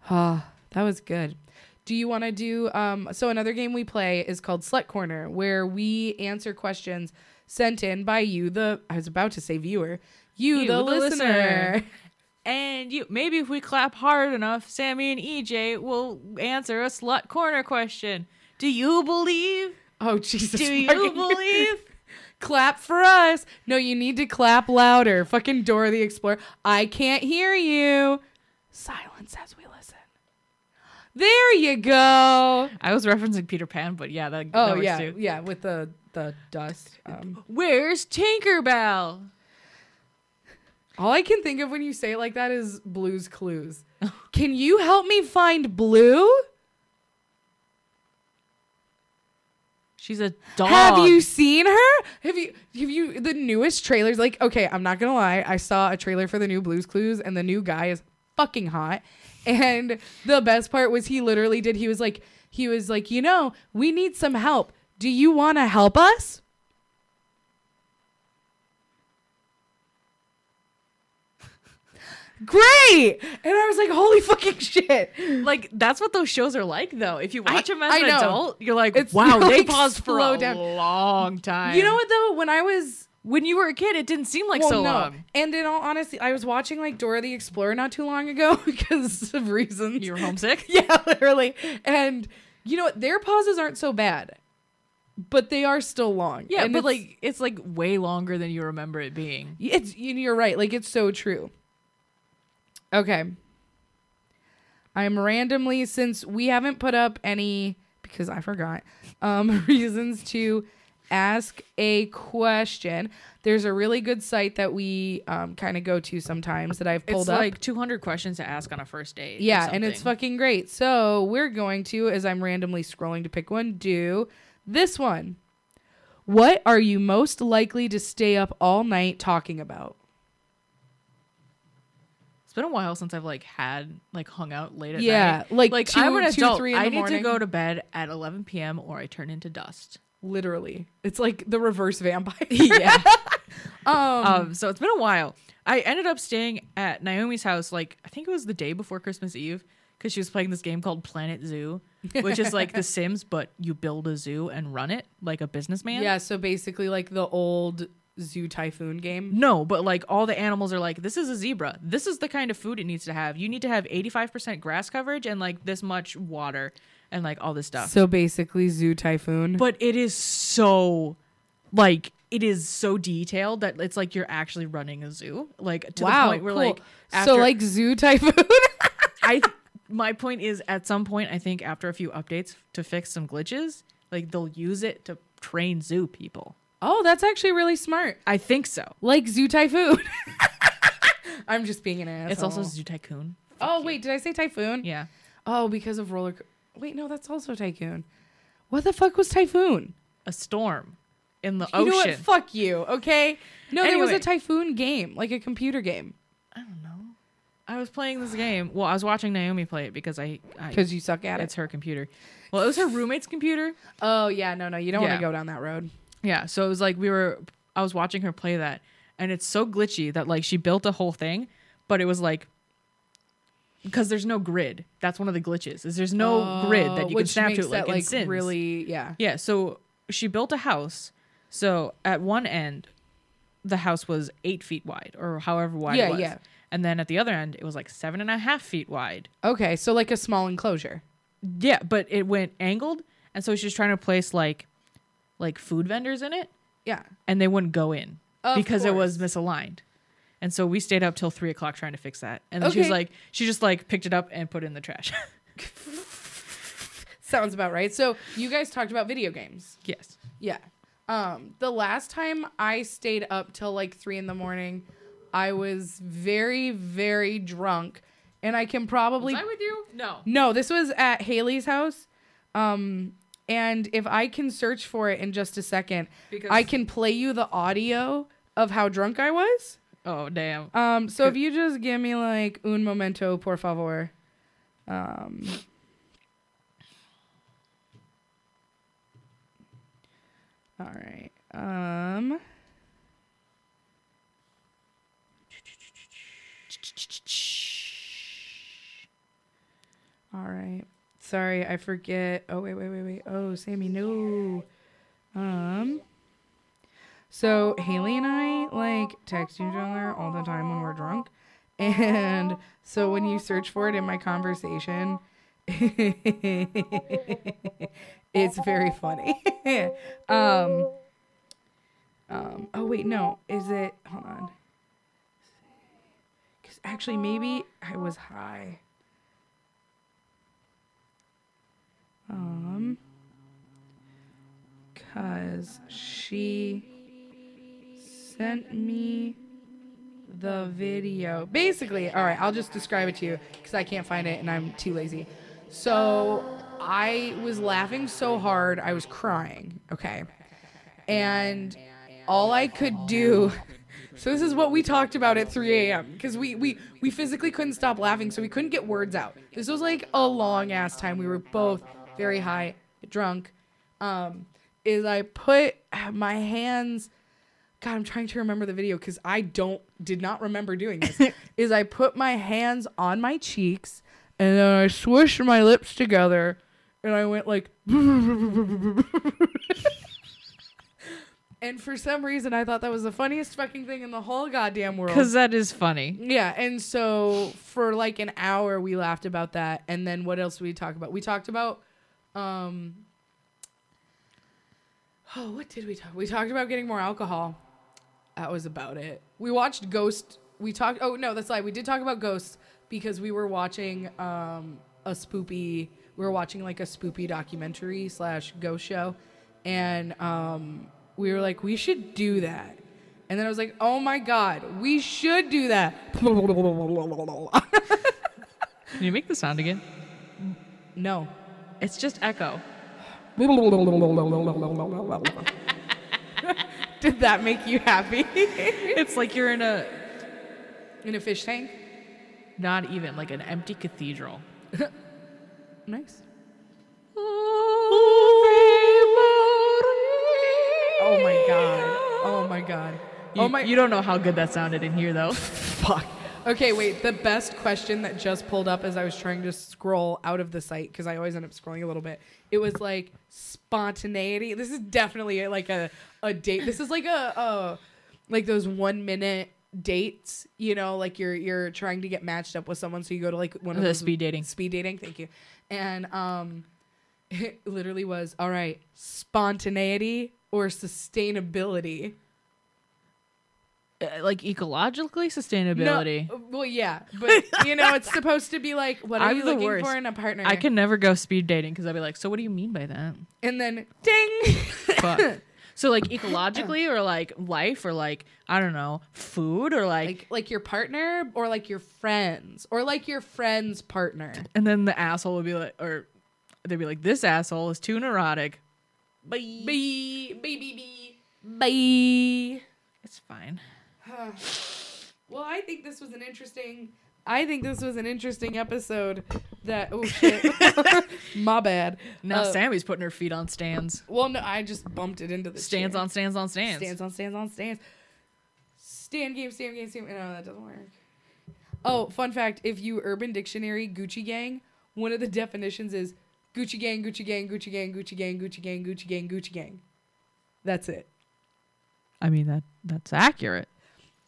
S4: Ah, that was good. Do you want to do? Um, so another game we play is called Slut Corner, where we answer questions sent in by you, the I was about to say viewer, you,
S5: You,
S4: the,
S5: the
S4: listener.
S5: listener. And you maybe if we clap hard enough, Sammy and EJ will answer a slut corner question. Do you *laughs* believe?
S4: Oh Jesus!
S5: Do you
S4: fucking-
S5: believe?
S4: *laughs* Clap for us. No, you need to clap louder. Fucking Dora the Explorer. I can't hear you. Silence as we listen. There you go.
S5: *laughs* I was referencing Peter Pan, but yeah, that, that
S4: Oh
S5: works
S4: yeah,
S5: too.
S4: yeah. With the the dust. Um,
S5: Where's Tinkerbell?
S4: All I can think of when you say it like that is Blue's Clues. can you help me find Blue?
S5: She's a dog.
S4: Have
S5: *laughs*
S4: you seen her? Have you have you the newest trailers? Like, okay, I'm not gonna lie, I saw a trailer for the new Blue's Clues, and the new guy is fucking hot. And the best part was he literally did. He was like, he was like, you know, we need some help. Do you want to help us? *laughs* Great! And I was like, holy fucking shit.
S5: Like that's what those shows are like, though. If you watch them as
S4: I
S5: an
S4: know.
S5: adult, you're like,
S4: It's
S5: wow, they *laughs*
S4: like
S5: paused for
S4: slow
S5: a
S4: down.
S5: long time.
S4: You know what though? When I was
S5: When you were a kid, it didn't seem like so uh, long.
S4: And in all honesty, I was watching like Dora the Explorer not too long ago *laughs* because of reasons.
S5: You were *laughs* homesick.
S4: *laughs* yeah, literally. And you know what? Their pauses aren't so bad, but they are still long.
S5: Yeah,
S4: And
S5: but
S4: it's-
S5: like it's like way longer than you remember it being.
S4: it's you- you're right. Like it's so true. Okay. I'm randomly since we haven't put up any because I forgot um *laughs* reasons to ask a question. There's a really good site that we um kind of go to sometimes that I've pulled
S5: it's
S4: up.
S5: like 200 questions to ask on a first date. or
S4: yeah, and it's
S5: something.
S4: fucking great. So, we're going to as I'm randomly scrolling to pick one, do this one. What are you most likely to stay up all night talking about?
S5: It's been a while since I've like had like hung out late at
S4: Yeah,
S5: night.
S4: like
S5: like
S4: two-
S5: I'm an
S4: two,
S5: adult.
S4: three in
S5: I
S4: the
S5: need
S4: morning.
S5: to go to bed at 11 p.m. or I turn into dust.
S4: Literally. It's like the reverse *laughs* vampire.
S5: yeah.
S4: Um,
S5: Um, so it's been a while. I ended up staying at Naomi's house, like I think it was the day before Christmas Eve, because she was playing this game called Planet Zoo, which is *laughs* like The Sims, but you build a zoo and run it like a businessman.
S4: Yeah, so basically like the old Zoo Typhoon game.
S5: No, but like all the animals are like, this is a zebra. This is the kind of food it needs to have. You need to have 85% grass coverage and like this much water and like all this stuff.
S4: So basically Zoo Typhoon.
S5: but it is so like it is so detailed that it's like you're actually running a zoo. Like to the point where like after
S4: so like Zoo Typhoon. *laughs*
S5: I my point is at some point I think after a few updates to fix some glitches, like they'll use it to train zoo people.
S4: oh, that's actually really smart.
S5: I think so.
S4: Like Zoo Typhoon. *laughs* I'm just being an asshole.
S5: It's also Zoo Tycoon.
S4: Oh wait, did I say Typhoon?
S5: Yeah.
S4: Oh, because of roller. co- Wait, no, that's also Tycoon. What the fuck was Typhoon?
S5: A storm in the
S4: You know
S5: ocean.
S4: what? Fuck you. Okay. No, there was a
S5: Anyway.
S4: Oh, Typhoon game, like a computer game.
S5: I don't know. I was playing this game. Well, I was watching Naomi play it because I I
S4: Because you suck at
S5: it's
S4: it.
S5: her computer. Well, it was her roommate's computer.
S4: Oh yeah, no, no, you don't
S5: Yeah.
S4: want to go down that road.
S5: Yeah, so it was like we were I was watching her play that and it's so glitchy that like she built a whole thing, but it was like because there's no grid. That's one of the glitches. Is there's no grid
S4: Oh,
S5: that you can
S4: which
S5: snap to
S4: makes
S5: like,
S4: that,
S5: in Sims.
S4: really yeah.
S5: Yeah, so she built a house. So at one end the house was eight feet wide or however wide
S4: Yeah,
S5: it was.
S4: yeah.
S5: And then at the other end it was like seven and a half feet wide.
S4: Okay, so like a small enclosure.
S5: Yeah, but it went angled and so she's trying to place like like food vendors in it
S4: Yeah.
S5: and they wouldn't go in
S4: Of
S5: because it was
S4: course.
S5: misaligned. And so we stayed up till three o'clock trying to fix that. And then she was
S4: Okay.
S5: like, she just like picked it up and put it in the trash. *laughs*
S4: Sounds about right. So you guys talked about video games.
S5: yes.
S4: Yeah. Um, the last time I stayed up till like three in the morning, I was very, very drunk. And I can probably
S5: with you? No.
S4: No, this was at Haley's house. Um, and if I can search for it in just a second,
S5: Because-
S4: I can play you the audio of how drunk I was.
S5: Oh damn.
S4: Um, so if you just give me like un momento, por favor. Um, all right. Um, all right. Sorry, I forget. Oh wait, wait, wait, wait. Oh, Sammy, no. Um. So Haley and I like text each other all the time when we're drunk. *laughs* And so when you search for it in my conversation, *laughs* it's very funny. *laughs* um, um, oh wait, no, is it? Hold on. Cause actually, maybe I was high. Um, cause she sent me the video. Basically, all right, I'll just describe it to you because I can't find it and I'm too lazy. So I was laughing so hard, I was crying, okay? And all I could do. So this is what we talked about at 3 a.m. because we, we we physically couldn't stop laughing, so we couldn't get words out. This was like a long ass time. We were both very high, drunk. Um, is I put my hands God, I'm trying to remember the video because I don't did not remember doing this. is I put my hands on my cheeks and then I swished my lips together and I went like *laughs* And for some reason I thought that was the funniest fucking thing in the whole goddamn world.
S5: Because that is funny.
S4: Yeah, and so for like an hour we laughed about that, and then what else did we talk about? We talked about, um, oh, what did we talk? We talked about getting more alcohol. That was about it. We watched Ghost. We talked. Oh no, that's a lie. We did talk about Ghosts because we were watching um a spoopy. We were watching like a spoopy documentary slash ghost show, and um we were like we should do that. And then I was like, oh my God, we should do that. *laughs*
S5: Can you make the sound again?
S4: no. *laughs*
S5: It's just echo.
S4: Did that make you happy? *laughs*
S5: It's like you're in a
S4: In a fish tank?
S5: not even like an empty cathedral.
S4: Nice.
S5: Oh
S4: Oh my God. Oh my God.
S5: You,
S4: oh my.
S5: you don't know how good that sounded in here though.
S4: fuck. Okay, wait. The best question that just pulled up as I was trying to scroll out of the site because I always end up scrolling a little bit. It was like spontaneity. This is definitely like a a date. This is like a, a like those one minute dates. You know, like you're you're trying to get matched up with someone, so you go to like one of
S5: The
S4: those
S5: speed dating.
S4: Speed dating. Thank you. And um, *laughs* it literally was all right. Spontaneity or sustainability.
S5: Uh, like ecologically sustainability.
S4: No, well, yeah, but you know, it's supposed to be like, what are
S5: I'm
S4: you
S5: the
S4: looking
S5: worst.
S4: for in a partner?
S5: I can never go speed dating because I'd be like, so what do you mean by that?
S4: and then ding. *laughs*
S5: Fuck. so like ecologically or like life or like I don't know food or like,
S4: Like, like your partner or like your friends or like your friend's partner.
S5: and then the asshole would be like or they'd be like this asshole is too neurotic. Bye.
S4: Bee, bee, bee, bee. Bye.
S5: It's fine.
S4: Well, I think this was an interesting. I think this was an interesting episode. That oh *laughs* shit, my bad.
S5: Now
S4: Uh,
S5: Sammy's putting her feet on stands.
S4: Well, no, I just bumped it into the
S5: Stands
S4: chair.
S5: on stands on stands.
S4: Stands on stands on stands. Stand game, stand game, stand. No, that doesn't work. Oh, fun fact: if you Urban Dictionary Gucci Gang, one of the definitions is Gucci Gang, Gucci Gang, Gucci Gang, Gucci Gang, Gucci Gang, Gucci Gang, Gucci Gang. That's it.
S5: I mean that that's accurate.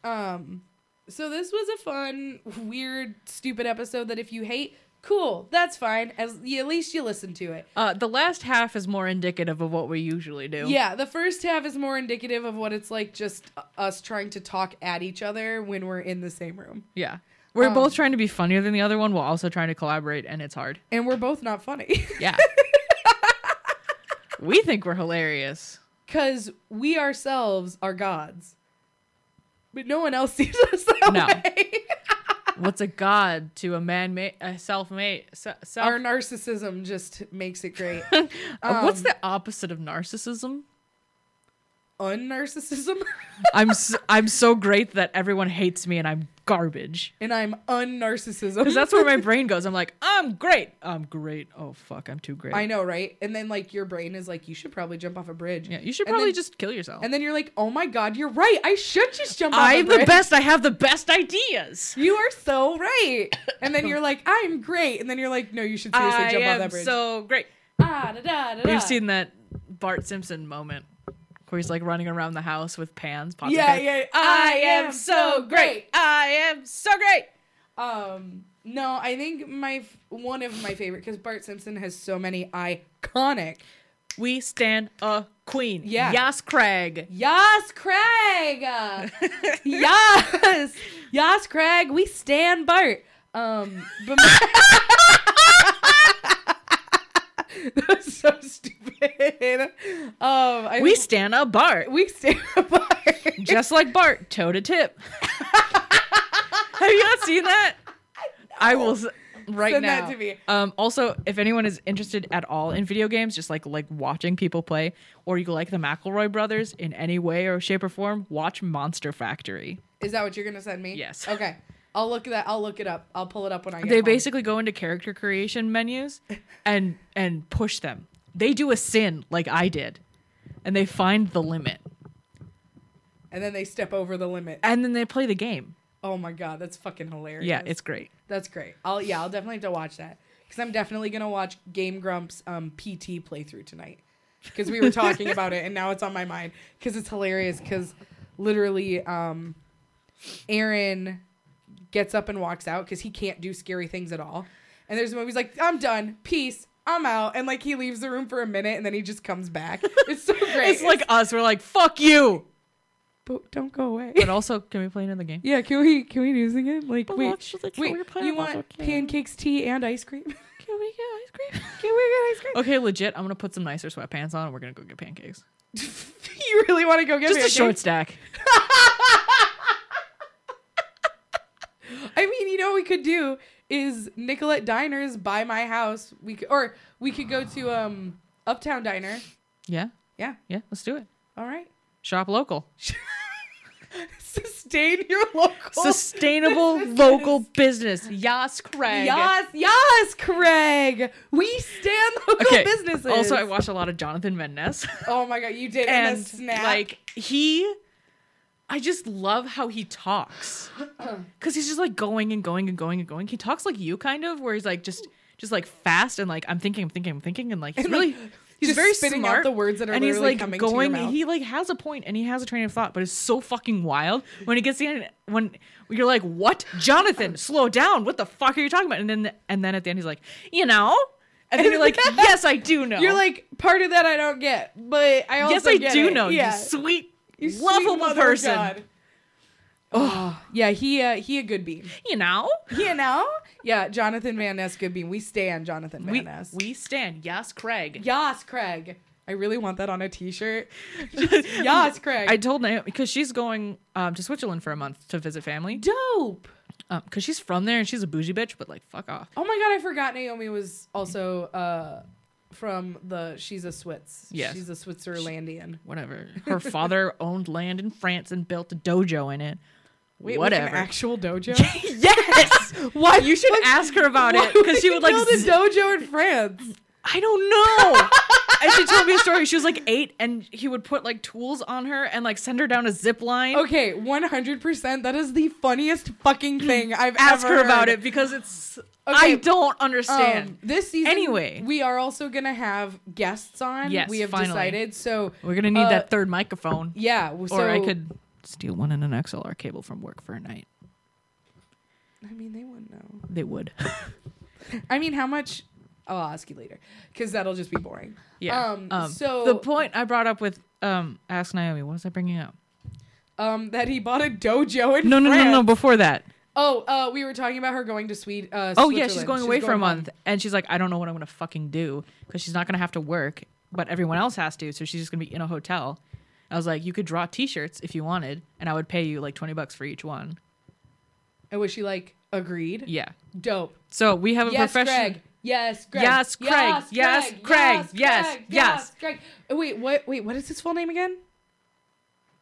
S4: Um, so this was a fun, weird, stupid episode. That if you hate, cool, that's fine. As at least you listen to it.
S5: Uh, the last half is more indicative of what we usually do.
S4: Yeah, the first half is more indicative of what it's like just uh, us trying to talk at each other when we're in the same room.
S5: yeah. We're
S4: Um,
S5: both trying to be funnier than the other one while also trying to collaborate, and it's hard.
S4: And we're both not funny. *laughs*
S5: Yeah. we think we're hilarious.
S4: Because we ourselves are gods. But no one else *laughs* sees us that
S5: No.
S4: way.
S5: *laughs* What's a god to a man made, a self made, se- self?
S4: Our narcissism just makes it
S5: *laughs*
S4: great. Um,
S5: Uh, What's the opposite of narcissism?
S4: Unnarcissism? *laughs*
S5: I'm s I'm so great that everyone hates me and I'm garbage.
S4: and I'm unnarcissism.
S5: Because that's
S4: *laughs*
S5: where my brain goes. I'm like, I'm great. I'm great. Oh fuck, I'm too great.
S4: I know, right? And then, like, your brain is like, you should probably jump off a bridge.
S5: Yeah, you should
S4: And
S5: probably
S4: then-
S5: just kill yourself.
S4: And then you're like, oh my god, you're right. I should just jump off a
S5: I'm
S4: bridge.
S5: the best. I have the best ideas.
S4: You are so right. And then you're
S5: *laughs*
S4: like, I'm great. And then you're like, no, you should seriously jump off that bridge.
S5: so great.
S4: ah, da, da, da, da.
S5: You've seen that Bart Simpson moment where he's like running around the house with pans. pots and
S4: Yeah,
S5: pans.
S4: yeah.
S5: I am so great. I am so great.
S4: Um, no, I think my f- one of my favorite because Bart Simpson has so many iconic.
S5: We stand a queen.
S4: Yeah.
S5: Yas Craig.
S4: Yas
S5: *laughs*
S4: Craig, yes, Yas Craig, we stand Bart. Um, but my- *laughs* that was so stupid. Um, I
S5: We stand a Bart.
S4: we stand *laughs* Bart.
S5: Just like Bart, toe to tip. *laughs* have you not seen that? I will s- right
S4: Send
S5: now.
S4: that to me.
S5: Um, also, if anyone is interested at all in video games, just like like watching people play, or you like the McElroy brothers in any way or shape or form, watch Monster Factory.
S4: Is that what you're gonna send me?
S5: Yes.
S4: Okay. I'll look that. I'll look it up. I'll pull it up when I get.
S5: they
S4: home.
S5: basically go into character creation menus and and push them. They do a sin like I did, and they find the limit,
S4: and then they step over the limit.
S5: and then they play the game.
S4: Oh my god, that's fucking hilarious.
S5: Yeah, it's great.
S4: That's great. I'll yeah, I'll definitely have to watch that because I'm definitely gonna watch Game Grumps um, PT playthrough tonight because we were talking about it and now it's on my mind because it's hilarious because literally um, Aaron gets up and walks out because he can't do scary things at all and there's a movie he's like I'm done peace I'm out and like he leaves the room for a minute and then he just comes back. It's so great.
S5: It's like us. We're like, fuck you.
S4: but don't go away.
S5: But also, can we play another game?
S4: Yeah, can we can we do this again? Like,
S5: But
S4: wait,
S5: watch the
S4: wait,
S5: Killer Planet
S4: you
S5: Monster
S4: want
S5: Killer.
S4: pancakes, tea, and ice cream? *laughs* can
S5: Can we get
S4: *laughs*
S5: ice
S4: we get ice cream?
S5: Okay, legit. I'm gonna put some nicer sweatpants on, and we're gonna go get pancakes.
S4: *laughs* you really want to go get
S5: Just a
S4: pancakes?
S5: short stack.
S4: I mean, you know what we could do is Nicolette Diners by my house. We could, or we could go to um Uptown Diner.
S5: Yeah,
S4: Yeah.
S5: yeah. Let's do it.
S4: All right. *laughs*
S5: Shop local.
S4: Sustain your local.
S5: Sustainable local business. Yas Craig.
S4: Yes, yes, Craig. We stand local
S5: Okay.
S4: businesses.
S5: Also, I *laughs* watch a lot of Jonathan Van Ness,
S4: oh my god, you did and
S5: and
S4: in a snap.
S5: like he, I just love how
S4: *clears throat*
S5: he talks. Cause he's just like going and going and going and going. He talks like you kind of, where he's like just just like fast and like I'm thinking, I'm thinking, I'm thinking, and like he's really he's
S4: just
S5: very
S4: spitting out
S5: smart.
S4: the words that are
S5: and he's
S4: literally
S5: like
S4: coming to your
S5: going.
S4: mouth.
S5: He like has a point and he has a train of thought, but it's so fucking wild when he gets the end. When you're like, what,
S4: *clears throat*
S5: Jonathan, slow down. What the fuck are you talking about? And then and then at the end he's like, you know, and then
S4: *laughs*
S5: you're like, yes, I do know.
S4: You're like part of that I don't get, but I also
S5: yes, I
S4: get
S5: do
S4: it.
S5: know.
S4: Yeah.
S5: You sweet,
S4: You sweet
S5: lovable
S4: mother of
S5: person.
S4: God. Oh yeah, he uh, he a good bean.
S5: You know,
S4: You know? Yeah, Jonathan Van Ness good bean. We stand Jonathan Van
S5: we
S4: Ness.
S5: we stand. Yes, Craig.
S4: Yas Craig. I really want that on a
S5: *laughs*
S4: t-shirt. Yas Craig.
S5: I told Naomi because she's going um, to Switzerland for a month to visit family.
S4: dope.
S5: Um, cause she's from there and she's a bougie bitch, but like, fuck off.
S4: Oh my god, I forgot Naomi was also uh from the she's a Swiss.
S5: Yes.
S4: She's a Switzerlandian.
S5: Whatever.
S4: *laughs*
S5: Her father owned land in France and built a dojo in it.
S4: Wait,
S5: Whatever.
S4: Like an
S5: *laughs*
S4: actual dojo?
S5: yes.
S4: Why you
S5: should ask her about it because she would like.
S4: build a
S5: z-
S4: dojo in France.
S5: I don't know. and she told me a story. She was like eight, and he would put like tools on her and like send her down a zip line.
S4: Okay, 100%. That is the funniest fucking thing I've
S5: Mm. Ask
S4: ever
S5: her about
S4: heard.
S5: it because it's.
S4: Okay,
S5: I don't
S4: Um,
S5: understand.
S4: this season,
S5: Anyway.
S4: we are also gonna have guests on.
S5: Yes,
S4: we have
S5: finally.
S4: decided. So
S5: We're gonna need
S4: uh,
S5: that third microphone,
S4: Yeah, w- so
S5: or I could steal one in an XLR cable from work for a night.
S4: I mean, they wouldn't know.
S5: They would. *laughs*
S4: I mean, how much? Oh, I'll ask you later, because that'll just be boring.
S5: yeah.
S4: Um, so-
S5: the point I brought up with um, ask Naomi, what was I bringing up?
S4: Um, that he bought a dojo in
S5: No, no, no,
S4: France.
S5: no, Before that.
S4: Oh, uh, we were talking about her going to Sweden. Uh,
S5: Oh yeah, she's
S4: Switzerland.
S5: going away for a
S4: home.
S5: month, and she's like, I don't know what I'm gonna fucking do because she's not gonna have to work, but everyone else has to, so she's just gonna be in a hotel. I was like, you could draw T-shirts if you wanted, and I would pay you like twenty bucks for each one.
S4: And was she like agreed?
S5: Yeah.
S4: Dope.
S5: So we have a
S4: Yes,
S5: professional.
S4: Craig. Yes, Craig.
S5: Yes, Craig. Yes, Craig. Yes,
S4: Craig.
S5: yes.
S4: Craig. Oh, Wait, what? Wait, what is his full name again?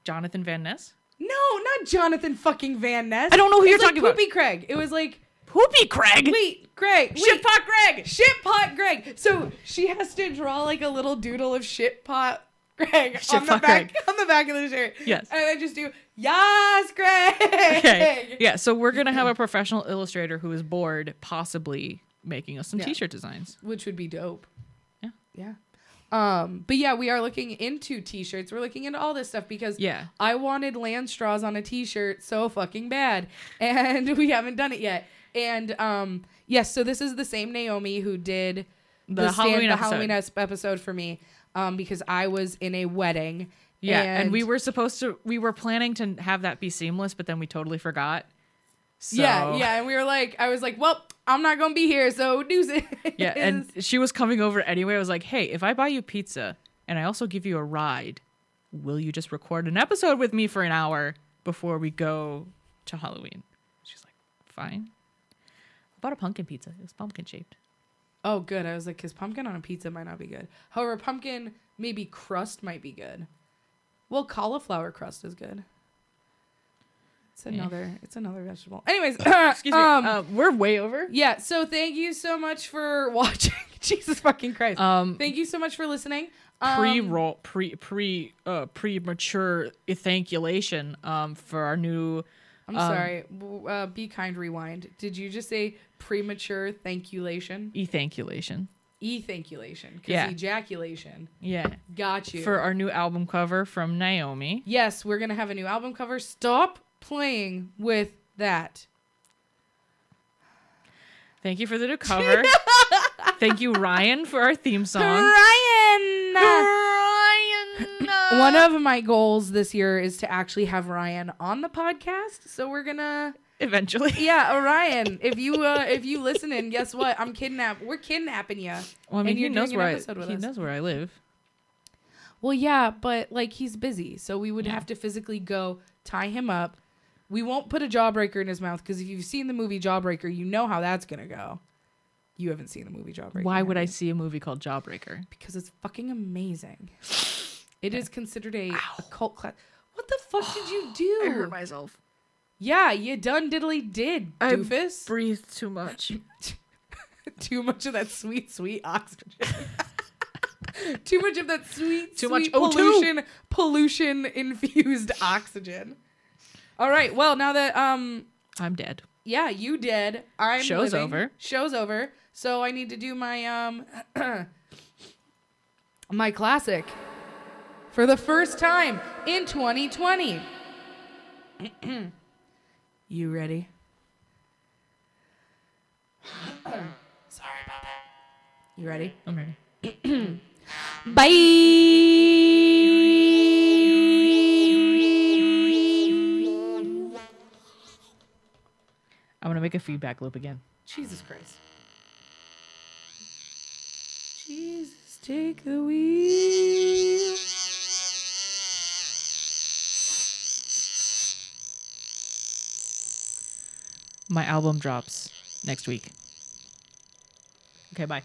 S5: Jonathan Van Ness.
S4: No, not Jonathan fucking Van Ness.
S5: I don't know who
S4: It's
S5: you're
S4: like
S5: talking about.
S4: Poopy Craig. It was like
S5: Poopy Craig.
S4: wait, Craig. Wait.
S5: Shitpot Greg.
S4: Shitpot Greg. So she has to draw like a little doodle of shitpot Greg on the
S5: Shitpot
S4: back
S5: Greg.
S4: on the back of the shirt.
S5: Yes.
S4: And I just do yes, Greg. *laughs*
S5: Okay. Yeah. So we're gonna have a professional illustrator who is bored, possibly making us some
S4: Yeah.
S5: T-shirt designs.
S4: Which would be dope.
S5: Yeah.
S4: Yeah. Um, but yeah, we are looking into t-shirts. We're looking into all this stuff because
S5: Yeah.
S4: I wanted Landstraws on a t-shirt so fucking bad, *laughs* and we haven't done it yet. And um, yes, so this is the same Naomi who did
S5: The Halloween
S4: the
S5: episode.
S4: Halloween es- episode for me, um, because I was in a wedding.
S5: Yeah, and, we were supposed to we were planning to have that be seamless, but then we totally forgot. So,
S4: yeah, yeah, and we were like, I was like, well, I'm not gonna be here, so deuces.
S5: Yeah, and she was coming over anyway. I was like, "Hey, if I buy you pizza and I also give you a ride, will you just record an episode with me for an hour before we go to Halloween?" She's like, "Fine." I bought a pumpkin pizza. It was pumpkin shaped.
S4: oh, good. I was like, because pumpkin on a pizza might not be good. However, pumpkin maybe crust might be good. Well, cauliflower crust is good. It's another, it's another vegetable. Anyways,
S5: Eh. *coughs* Excuse me.
S4: um,
S5: uh, we're way over.
S4: yeah so thank you so much for *laughs* watching jesus fucking christ
S5: Um,
S4: thank you so much for listening um,
S5: pre roll pre pre uh premature thankulation um for our new
S4: i'm sorry W- uh, be kind rewind did you just say premature thankulation
S5: ethankulation.
S4: ethankulation because
S5: Yeah.
S4: ejaculation
S5: Yeah.
S4: got you
S5: For our new album cover from Naomi.
S4: yes we're gonna have a new album cover stop playing with that
S5: Thank you
S4: *laughs*
S5: for the new cover. Thank you, Ryan, for our theme song.
S4: ryan
S5: *clears throat*
S4: *laughs*
S5: Ryan!
S4: one of my goals this year is to actually have ryan on the podcast so we're gonna
S5: Eventually.
S4: Yeah, Orion. If you uh, if you listen and guess what? I'm kidnapped. We're kidnapping you.
S5: *laughs* Well, I mean,
S4: and
S5: he
S4: you're
S5: knows
S4: doing
S5: where
S4: an
S5: I,
S4: episode with
S5: he
S4: us.
S5: knows where I live.
S4: Well, yeah, but like he's busy, so we would
S5: Yeah.
S4: have to physically go tie him up. We won't put a jawbreaker in his mouth because if you've seen the movie Jawbreaker, you know how that's gonna go. You haven't seen the movie Jawbreaker.
S5: Why
S4: have
S5: would I
S4: you?
S5: see a movie called Jawbreaker?
S4: Because it's fucking amazing. It is considered a, a cult class. What the fuck did *sighs* you do?
S5: myself.
S4: yeah, you done diddly did,
S5: I
S4: doofus.
S5: breathed too much.
S4: *laughs* too much of that sweet, sweet oxygen. *laughs* too much of that sweet,
S5: Too much
S4: *laughs* sweet
S5: O2.
S4: pollution, pollution infused oxygen. All right. Well, now that um
S5: I'm dead.
S4: yeah, you did. I'm
S5: Show's
S4: living.
S5: over.
S4: Show's over. So I need to do my um *clears throat* my classic for the first time in 2020. *clears throat* you ready? *clears throat* Sorry about that. You ready?
S5: I'm ready.
S4: Bye.
S5: I'm gonna make a feedback loop again.
S4: Jesus Christ. Jesus, take the wheel.
S5: My album drops next week. Okay, bye.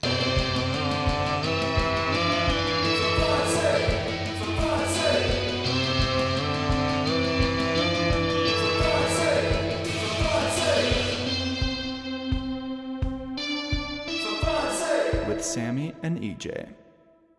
S3: With Sammy and EJ.